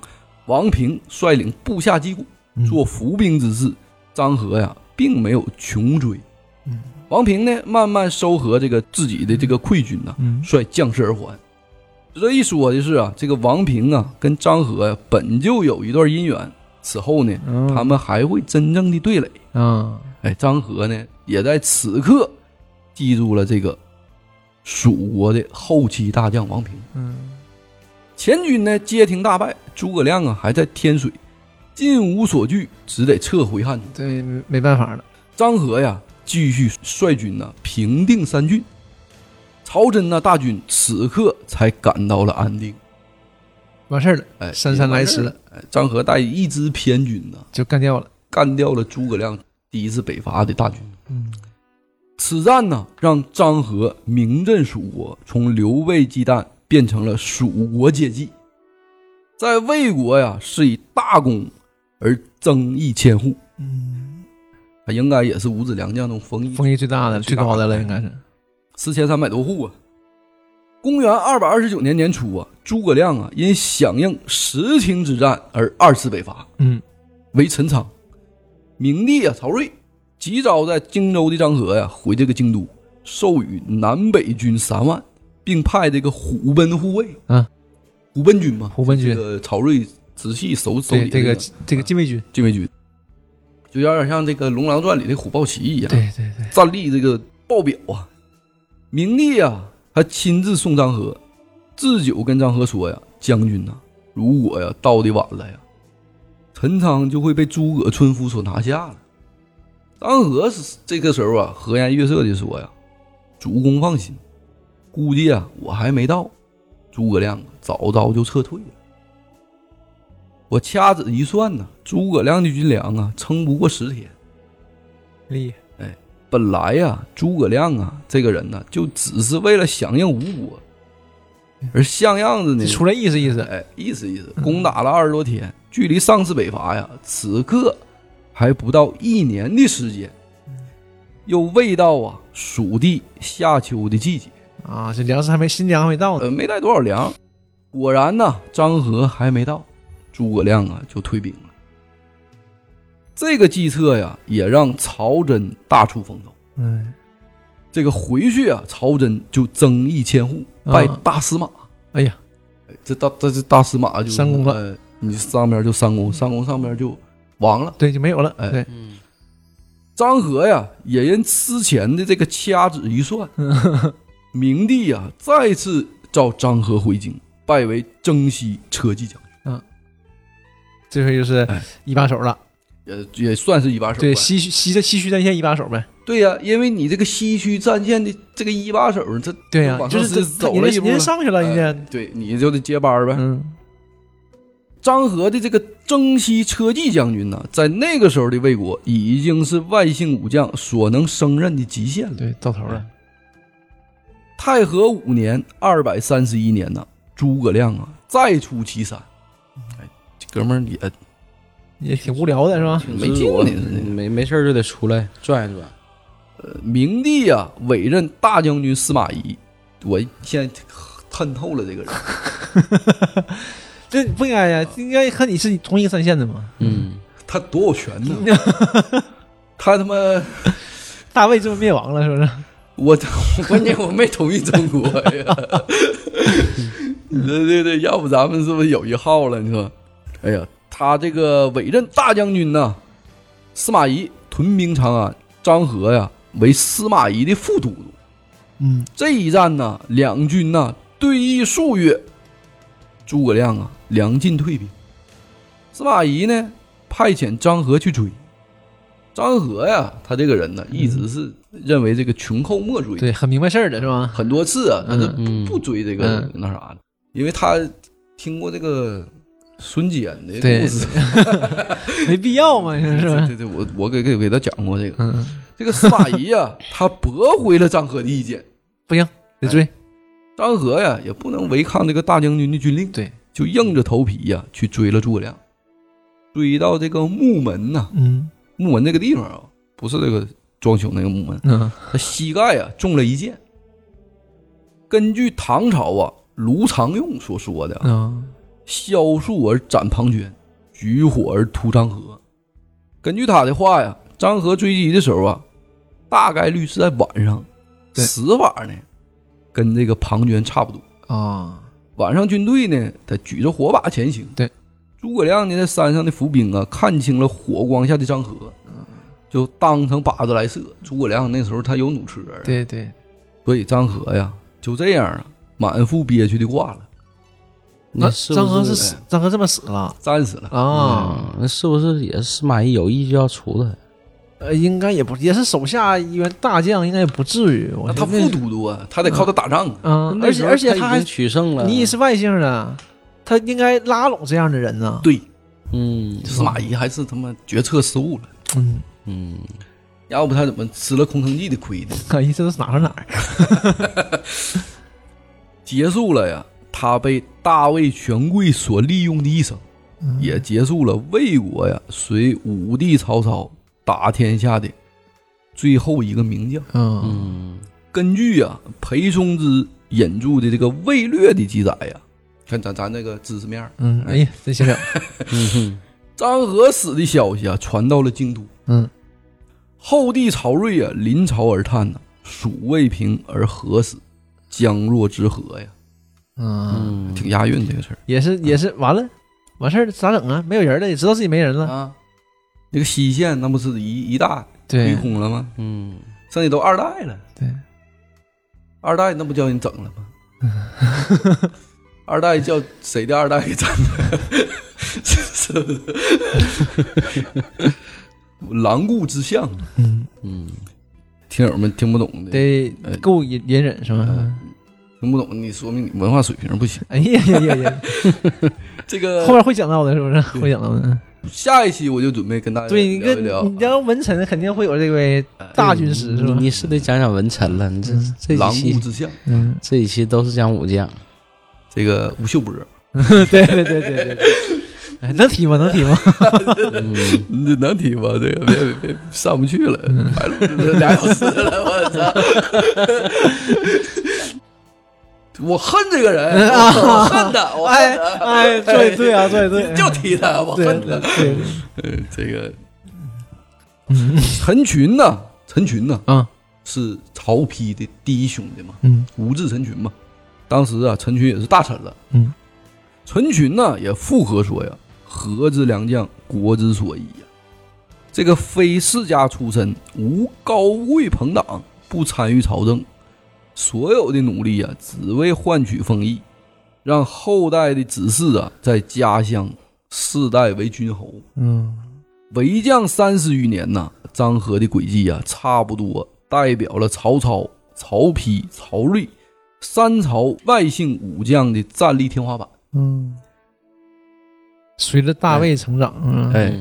王平率领部下击鼓，嗯嗯做伏兵之势。张合呀，并没有穷追。王平呢，慢慢收合这个自己的这个溃军呐、嗯嗯率将士而还。值得一说的是啊，这个王平啊跟张合呀、本就有一段姻缘，此后呢，他们还会真正的对垒。啊，哎，张合呢也在此刻记住了这个蜀国的后期大将王平。嗯，前军呢街亭大败，诸葛亮啊还在天水，进无所据，只得撤回汉中。对，没没办法了。张合呀继续率军呢平定三郡。曹真呢大军此刻才赶到了安定，完事儿了，哎，姗姗来迟了，哎。张合带一支偏军呢就干掉了。干掉了诸葛亮第一次北伐的大军。嗯此战呢，让张和名震蜀国，从刘备忌惮变成了蜀国接济，在魏国呀是以大功而争议千户，嗯，应该也是五子良将中风一风力最大的、最最大的高的了，应该是。四千三百多户啊。公元二百二十九年年初啊，诸葛亮啊因响应石亭之战而二次北伐，嗯，为陈仓。明帝啊曹睿急召在荆州的张合呀、回这个京都，授予南北军三万，并派这个虎贲护卫啊，虎贲军嘛，胡贲这军，个曹睿直系手手对底这下个的这个禁卫军，禁卫军，就有点像这个《龙狼传》里的虎豹骑一样，对对对，战力这个爆表啊！明帝啊，还亲自送张和，置酒跟张和说呀：“将军呐、如果呀到的晚了呀，陈仓就会被诸葛村夫所拿下了。”张和是这个时候啊，和颜悦色地说呀：“主公放心，估计啊我还没到，诸葛亮啊早早就撤退了。我掐指一算呐，诸葛亮的军粮啊撑不过十天。”厉害，本来呀、诸葛亮啊，这个人呢、就只是为了响应吴国，而像样子呢你，出来意思意思，哎，意思意思，攻打了二十多天，距离上次北伐呀，此刻还不到一年的时间，又未到啊蜀地夏秋的季节，啊，这粮食还没新粮还没到呢，呃，没带多少粮。果然呢，张合还没到，诸葛亮啊就退兵了。这个计策呀，也让曹真大出风头。嗯，这个回去啊，曹真就增邑千户，啊拜大司马。哎呀，哎这大这这大司马就三公了了，你上边就三公，三公上边就亡了。对，就没有了，哎对，嗯，张合呀，也因之前的这个掐指一算，明帝呀再次召张合回京，拜为征西车骑将这回就是哎一把手了，军，也也算是一把手吧。啊对，西西的西区战线一把手呗，对呀、因为你这个西区战线的这个一把手，这对呀，往就上是这走人了家一步人家上去了，人家，对你就得接班儿呗。嗯，张合的这个征西车骑将军呢，在那个时候的魏国已经是外姓武将所能胜任的极限了。对，到头了，太和五年（二百三十一年）呢，诸葛亮啊再出祁山，哎，这哥们儿也也挺无聊的是吧？嗯没劲呢是那个没没事儿就得出来转一转。呃明帝啊委任大将军司马懿，我现在恨透了这个人。这不应该呀，应该和你是同一个战线的嘛。嗯，他夺我权呢，他他妈大卫这么灭亡了，是不是？我 我关键我没同意中国呀， 对对对，要不咱们是不是有一号了？你说，哎呀，他这个委任大将军呢，司马懿屯兵长安，张合呀为司马懿的副都督。嗯，这一战呢，两军呢对弈数月，诸葛亮啊粮尽退兵，司马懿呢派遣张合去追。张合呀，他这个人呢，一直是认为这个穷寇莫追，对，很明白事儿的是吧？很多次啊，他就嗯不追这个嗯那啥的，因为他听过这个孙坚的对故事，没必要嘛，是不对是？对对，我我给给给他讲过这个，嗯，这个司马懿呀，他驳回了张合的意见，不行，得追。张合呀也不能违抗这个大将军的军令，对，就硬着头皮呀去追了诸葛亮，追到这个木门呐、嗯木门这个地方啊，不是这个装修那个木门，嗯，他膝盖啊中了一箭。根据唐朝啊卢常用所说的啊，嗯，萧树而斩庞涓，举火而屠张合。根据他的话呀，张合追击的时候啊，大概率是在晚上，对死法呢跟这个庞涓差不多。啊，晚上军队呢，他举着火把前行。对，诸葛亮呢，在山上的伏兵啊，看清了火光下的张合，就当成靶子来射。诸葛亮那时候他有弩车，啊对对，所以张合呀就这样啊，满腹憋屈的挂了，那是不啊张合是是死，张合这么死了战死了。啊？嗯那是不是也是司马懿有意就要除他？呃，应该也不也是手下一员大将，应该也不至于。我那他觉得副都督啊，他得靠他打仗啊。嗯，而且而且他他已还经，取胜嗯了，你也是外姓的，他应该拉拢这样的人呢。啊对，嗯，司马懿还是他妈决策失误了。嗯，嗯，要不他怎么吃了空城计的亏呢？可意思都是哪和哪儿？结束了呀，他被大魏权贵所利用的一生，嗯也结束了魏国呀随武帝曹操打天下的最后一个名将。嗯嗯，根据呀、裴松之引注的这个《魏略》的记载呀，看咱咱这个知识面儿，嗯，哎呀，这想想，嗯哼，张合死的消息啊传到了京都，嗯，后帝曹睿啊临朝而叹呐，蜀未平而和死，将若之何呀？嗯，嗯，挺押韵这个事儿也是也是，完了，完事儿咋整啊？没有人了，也知道自己没人了，啊。那个西线那不是一一大亏对空了吗？嗯，剩下都二代了，对，二代那不叫人整了吗？ 二代叫谁的二代给整的？ 是不是？ 狼顾之相，嗯，听友们听不懂的，得呃够隐隐忍是吧？听不懂，你说明你文化水平不行。哎呀呀呀 呀！这个后面会讲到的，是不是？会讲到的。嗯下一期我就准备跟大家对，你聊跟一呃聊啊呃你聊文臣，肯定会有这位大军师，是吧你？你是得讲讲文臣了，你这这狼几顾期之相，嗯，这几期都是讲武将，这个吴秀波， 对对对对对。 哎能提吗？能提吗？ 嗯，你这能提吗？这个别别别上不去了，嗯白录了俩小时了，我操！我恨这个 人，我恨他，我哎恨他，哎，做的对啊，做的对，就提他，我对恨对他。对，呃， 这个嗯陈群呐，陈群呐，啊，是曹丕的第一兄弟嘛，嗯，无字陈群嘛。当时啊，陈群也是大臣了，嗯，陈群呢也附和说呀：“和之良将，国之所依呀。这个非世家出身，无高贵朋党，不参与朝政，所有的努力啊，只为换取封邑，让后代的子嗣啊，在家乡世代为君侯。”嗯为将三十余年呐，张合的轨迹呀、差不多代表了曹操、曹丕、曹睿三朝外姓武将的战力天花板。嗯。随着大卫成长，嗯哎，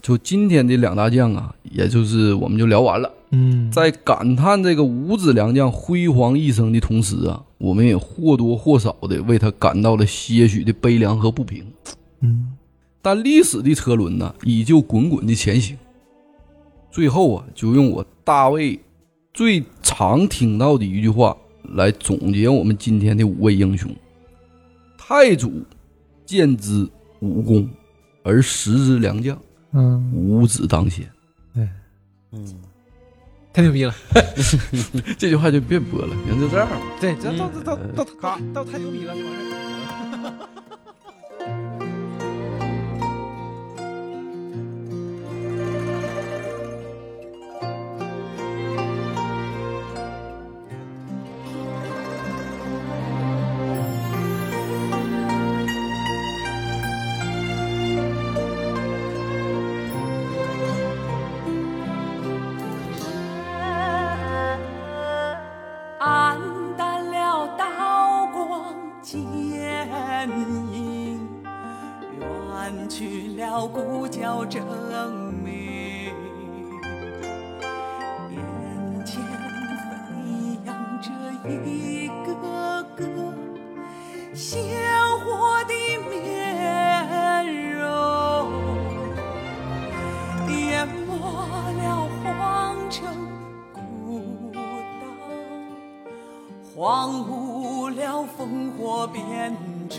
就今天的两大将啊，也就是我们就聊完了。嗯，在感叹这个五子良将辉煌一生的同时啊，我们也或多或少的为他感到了些许的悲凉和不平。嗯但历史的车轮呢，依旧滚滚的前行。最后啊，就用我大卫最常听到的一句话来总结我们今天的五位英雄：太祖见之武功，而识之良将，嗯，五子当先。太牛逼了！这句话就别播了，行，就这样吧。对，这到到到到到太牛逼了，这玩意儿。黯淡了刀光剑影，远去了鼓角争鸣。眼前飞扬着一个个鲜活的面容。淹没了荒城古道，荒芜了烽火边城。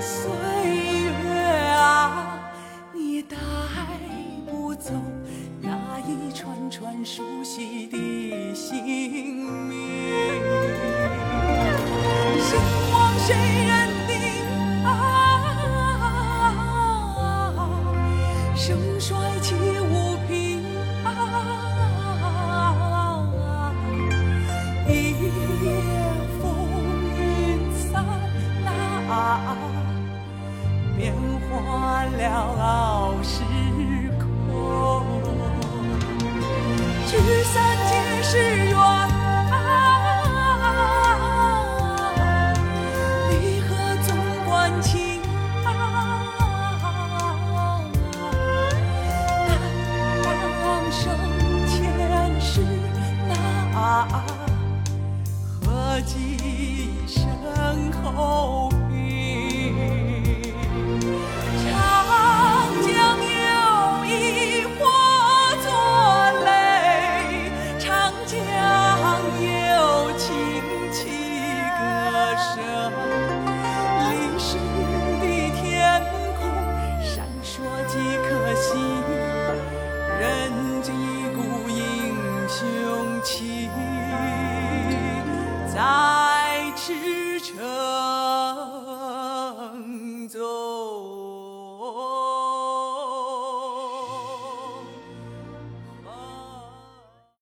岁月啊，你带不走那一串串熟悉的姓名。心往谁人定啊？盛衰起舞平啊！一夜风云散啦，变化了时空。聚散皆是缘。离己身后。